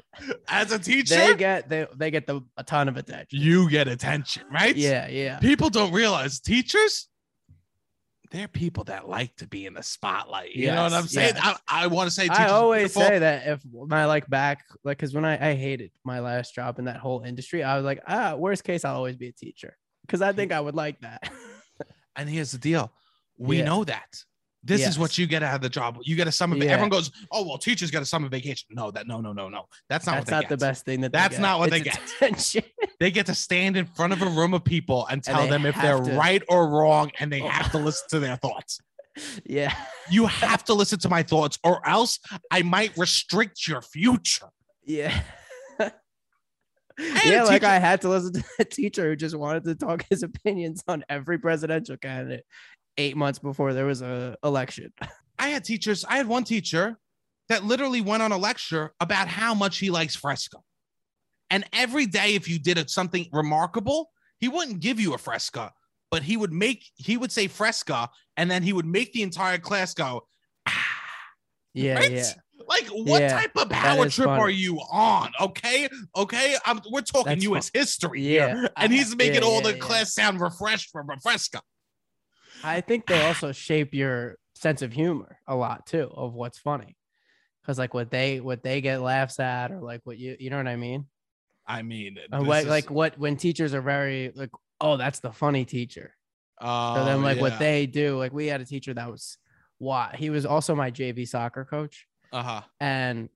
Speaker 1: As a teacher,
Speaker 2: they get they they get the a ton of attention.
Speaker 1: you get attention, right?
Speaker 2: Yeah, yeah.
Speaker 1: People don't realize teachers, there are people that like to be in the spotlight. You know
Speaker 2: Yes,
Speaker 1: what I'm saying?
Speaker 2: yes.
Speaker 1: I, I want to say
Speaker 2: I
Speaker 1: teachers are
Speaker 2: always
Speaker 1: beautiful.
Speaker 2: say that if my like back, like, cause when I, I hated my last job in that whole industry, I was like, ah, worst case, I'll always be a teacher. Cause I think I would like that.
Speaker 1: And here's the deal. We
Speaker 2: Yeah.
Speaker 1: know that. This is what
Speaker 2: Yes.
Speaker 1: you get out of the job. You get a summer. va-
Speaker 2: Yeah.
Speaker 1: Everyone goes, "Oh well, teachers got a summer vacation." No, that no, no, no, no.
Speaker 2: [LAUGHS]
Speaker 1: That's not
Speaker 2: That's
Speaker 1: what
Speaker 2: not
Speaker 1: they
Speaker 2: the
Speaker 1: get.
Speaker 2: best thing that they
Speaker 1: That's
Speaker 2: get.
Speaker 1: not what
Speaker 2: It's
Speaker 1: they get.
Speaker 2: attention. [LAUGHS]
Speaker 1: They get to stand in front of a room of people and tell
Speaker 2: they
Speaker 1: them if they're
Speaker 2: have to-
Speaker 1: right or wrong, and they
Speaker 2: Oh.
Speaker 1: have to listen to their thoughts.
Speaker 2: yeah.
Speaker 1: You have to listen to my thoughts, or else I might restrict your future.
Speaker 2: Yeah.
Speaker 1: had
Speaker 2: yeah,
Speaker 1: a
Speaker 2: like
Speaker 1: teacher-
Speaker 2: I had to listen to a teacher who just wanted to talk [LAUGHS] his opinions on every presidential candidate eight months before there was a election.
Speaker 1: I had teachers. I had one teacher that literally went on a lecture about how much he likes fresco. And every day, if you did something remarkable, he wouldn't give you a fresca, but he would make, he would say fresca, and then he would make the entire class go, ah,
Speaker 2: Yeah,
Speaker 1: right?
Speaker 2: yeah.
Speaker 1: Like, what
Speaker 2: Yeah,
Speaker 1: type of power
Speaker 2: is
Speaker 1: trip
Speaker 2: funny.
Speaker 1: are you on? Okay. Okay. I'm, we're talking
Speaker 2: That's
Speaker 1: US history here.
Speaker 2: Yeah,
Speaker 1: [LAUGHS] And
Speaker 2: I-
Speaker 1: he's making
Speaker 2: yeah,
Speaker 1: all
Speaker 2: yeah,
Speaker 1: the
Speaker 2: yeah.
Speaker 1: class sound refreshed from a fresca.
Speaker 2: I think they also shape your sense of humor a lot too of what's funny. Cause like what they what they get laughs at or like what you you know what I mean?
Speaker 1: I mean,
Speaker 2: Uh,
Speaker 1: this
Speaker 2: what,
Speaker 1: is-
Speaker 2: like what when teachers are very like, oh, that's the funny teacher. So
Speaker 1: oh,
Speaker 2: then like
Speaker 1: yeah.
Speaker 2: what they do, like we had a teacher that was what he was also my JV soccer coach.
Speaker 1: uh-huh,
Speaker 2: and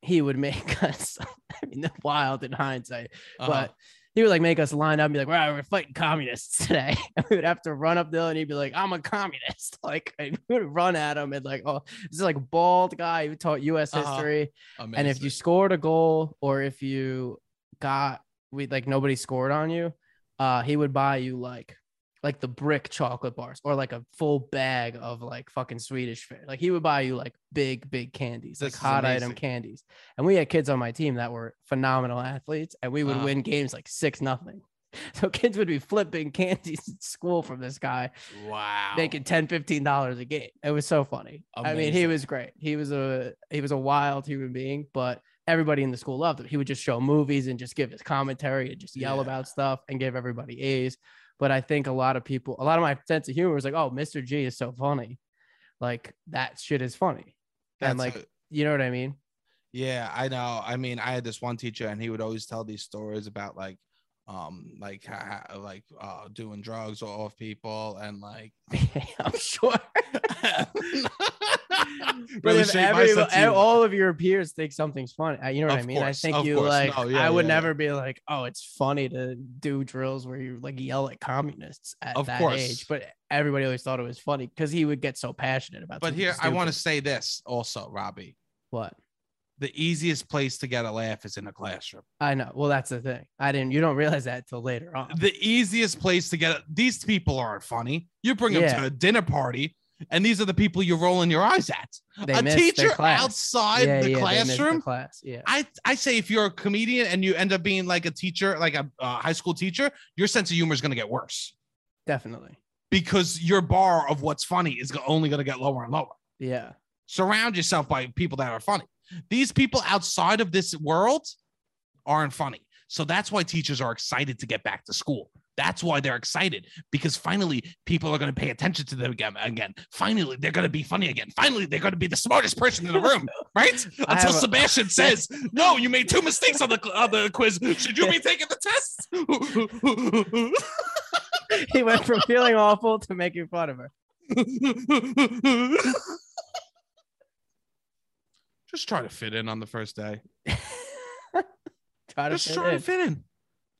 Speaker 2: he would make [LAUGHS] us I mean they're wild in hindsight,
Speaker 1: uh-huh.
Speaker 2: but he would like make us line up and be like, All right, we're fighting communists [LAUGHS] today. And we would have to run up the hill and he'd be like, I'm a communist. [LAUGHS] Like and we would run at him and like, oh, this is like bald guy who taught US
Speaker 1: Uh-huh.
Speaker 2: history. And if
Speaker 1: Amazing.
Speaker 2: you scored a goal or if you got we like nobody scored on you, uh he would buy you like like the brick chocolate bars or like a full bag of like fucking Swedish fish. Like he would buy you like big, big candies,
Speaker 1: This
Speaker 2: like
Speaker 1: is
Speaker 2: hot item
Speaker 1: amazing.
Speaker 2: candies. And we had kids on my team that were phenomenal athletes and we would
Speaker 1: Uh-huh.
Speaker 2: win games like six nothing. [LAUGHS] So kids would be flipping candies at school from this guy
Speaker 1: Wow.
Speaker 2: making 10 15 dollars a game it was so funny i mean he
Speaker 1: Amazing.
Speaker 2: was great he was a he was a wild human being but everybody in the school loved him he would just show movies and just give his commentary and just yell
Speaker 1: Yeah.
Speaker 2: about stuff and give everybody a's but i think a lot of people a lot of my sense of humor was like oh mr g is so funny like that shit is funny
Speaker 1: That's
Speaker 2: and like
Speaker 1: a-
Speaker 2: you know what i mean
Speaker 1: yeah, I know. I mean, I had this one teacher, and he would always tell these stories about like, um, like ha- ha- like uh, doing drugs off people, and like
Speaker 2: i'm
Speaker 1: [LAUGHS]
Speaker 2: sure But
Speaker 1: really
Speaker 2: if
Speaker 1: shaped my
Speaker 2: every-
Speaker 1: sense of humor.
Speaker 2: all of your peers think something's funny. I- You know what I
Speaker 1: Of
Speaker 2: mean?
Speaker 1: course,
Speaker 2: I
Speaker 1: of
Speaker 2: think you
Speaker 1: course.
Speaker 2: like.
Speaker 1: No, yeah,
Speaker 2: I would
Speaker 1: yeah, yeah.
Speaker 2: never be like, oh, it's funny to do drills where you like yell at communists at
Speaker 1: Of
Speaker 2: that
Speaker 1: course.
Speaker 2: age. But everybody always thought it was funny because he would get so passionate about.
Speaker 1: But
Speaker 2: something
Speaker 1: here, I want to
Speaker 2: stupid.
Speaker 1: say this also, Robbie.
Speaker 2: What
Speaker 1: The easiest place to get a laugh is in a classroom.
Speaker 2: I know. Well, that's the thing. I didn't. You don't realize that till later on.
Speaker 1: The easiest place to get a- these people aren't funny. You bring them
Speaker 2: Yeah.
Speaker 1: to a dinner party, and these are the people you're rolling your eyes at.
Speaker 2: They
Speaker 1: a
Speaker 2: missed their
Speaker 1: teacher
Speaker 2: class.
Speaker 1: outside
Speaker 2: Yeah,
Speaker 1: the
Speaker 2: yeah, they missed
Speaker 1: classroom
Speaker 2: class. Yeah.
Speaker 1: I, I say if you're a comedian and you end up being like a teacher, like a uh, high school teacher, your sense of humor is going to get worse
Speaker 2: Definitely.
Speaker 1: because your bar of what's funny is go- only going to get lower and lower.
Speaker 2: Yeah. [LAUGHS]
Speaker 1: Surround yourself by people that are funny. These people outside of this world aren't funny. So that's why teachers are excited to get back to school. That's why they're excited because finally people are going to pay attention to them again. again. Finally, they're going to be funny again. Finally, they're going to be the smartest person in the
Speaker 2: [LAUGHS]
Speaker 1: room, right?
Speaker 2: I
Speaker 1: Until
Speaker 2: have a- [LAUGHS]
Speaker 1: Sebastian says, "No, you made two mistakes on the on the quiz. Should you be taking the
Speaker 2: [LAUGHS]
Speaker 1: test?"
Speaker 2: he went from feeling awful to making fun of her.
Speaker 1: [LAUGHS] Just try to fit in on the first day.
Speaker 2: [LAUGHS] Try to
Speaker 1: Just
Speaker 2: fit
Speaker 1: try to
Speaker 2: in.
Speaker 1: fit in.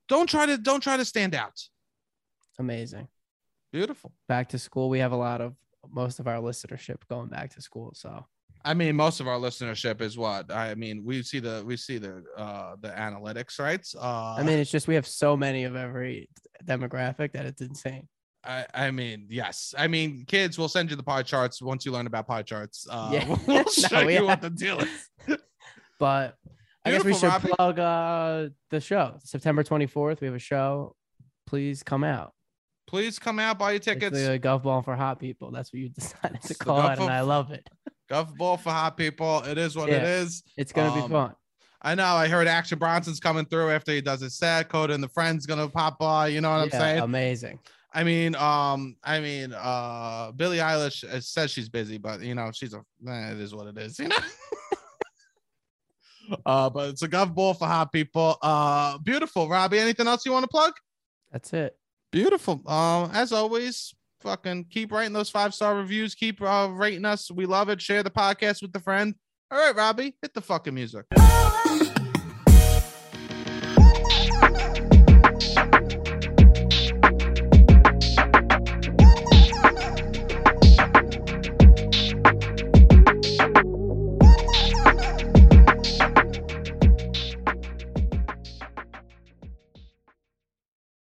Speaker 1: Don't try to don't try to stand out.
Speaker 2: Amazing.
Speaker 1: Beautiful.
Speaker 2: back to school. We have a lot of most of our listenership going back to school. So
Speaker 1: I mean, most of our listenership is what I mean. We see the we see the uh the analytics, right? Uh,
Speaker 2: I mean, it's just we have so many of every demographic that it's insane.
Speaker 1: I, I mean, yes. I mean, kids, we'll send you the pie charts once you learn about pie charts. Uh,
Speaker 2: Yeah. [LAUGHS]
Speaker 1: [LAUGHS] we'll
Speaker 2: No,
Speaker 1: show
Speaker 2: we
Speaker 1: you
Speaker 2: have-
Speaker 1: what the deal is.
Speaker 2: But I guess we
Speaker 1: Beautiful,
Speaker 2: should
Speaker 1: Robbie.
Speaker 2: plug uh, the show. September 24th, we have a show. Please come out.
Speaker 1: Please come out, buy your
Speaker 2: It's
Speaker 1: tickets.
Speaker 2: the golf ball for hot people. That's what you [LAUGHS] decided to
Speaker 1: It's the
Speaker 2: call
Speaker 1: golf
Speaker 2: it, and
Speaker 1: ball-
Speaker 2: I love it.
Speaker 1: Golf ball for hot people. It is what it
Speaker 2: Yeah.
Speaker 1: is.
Speaker 2: It's gonna
Speaker 1: Um,
Speaker 2: be fun.
Speaker 1: I know. I heard Action Bronson's coming through after he does his set. Coda and the friends gonna pop by. You know what I'm
Speaker 2: Yeah,
Speaker 1: saying?
Speaker 2: Amazing.
Speaker 1: I mean, um, I mean, uh, Billie Eilish uh, says she's busy, but you know, she's a eh, it is what it is, you know. [LAUGHS] uh, but it's a gov ball for hot people. Uh, beautiful, Robbie. Anything else you want to plug?
Speaker 2: That's it.
Speaker 1: Beautiful. Um, as always, fucking keep writing those five star reviews. Keep uh, rating us. We love it. Share the podcast with a friend. All right, Robbie, hit the fucking music.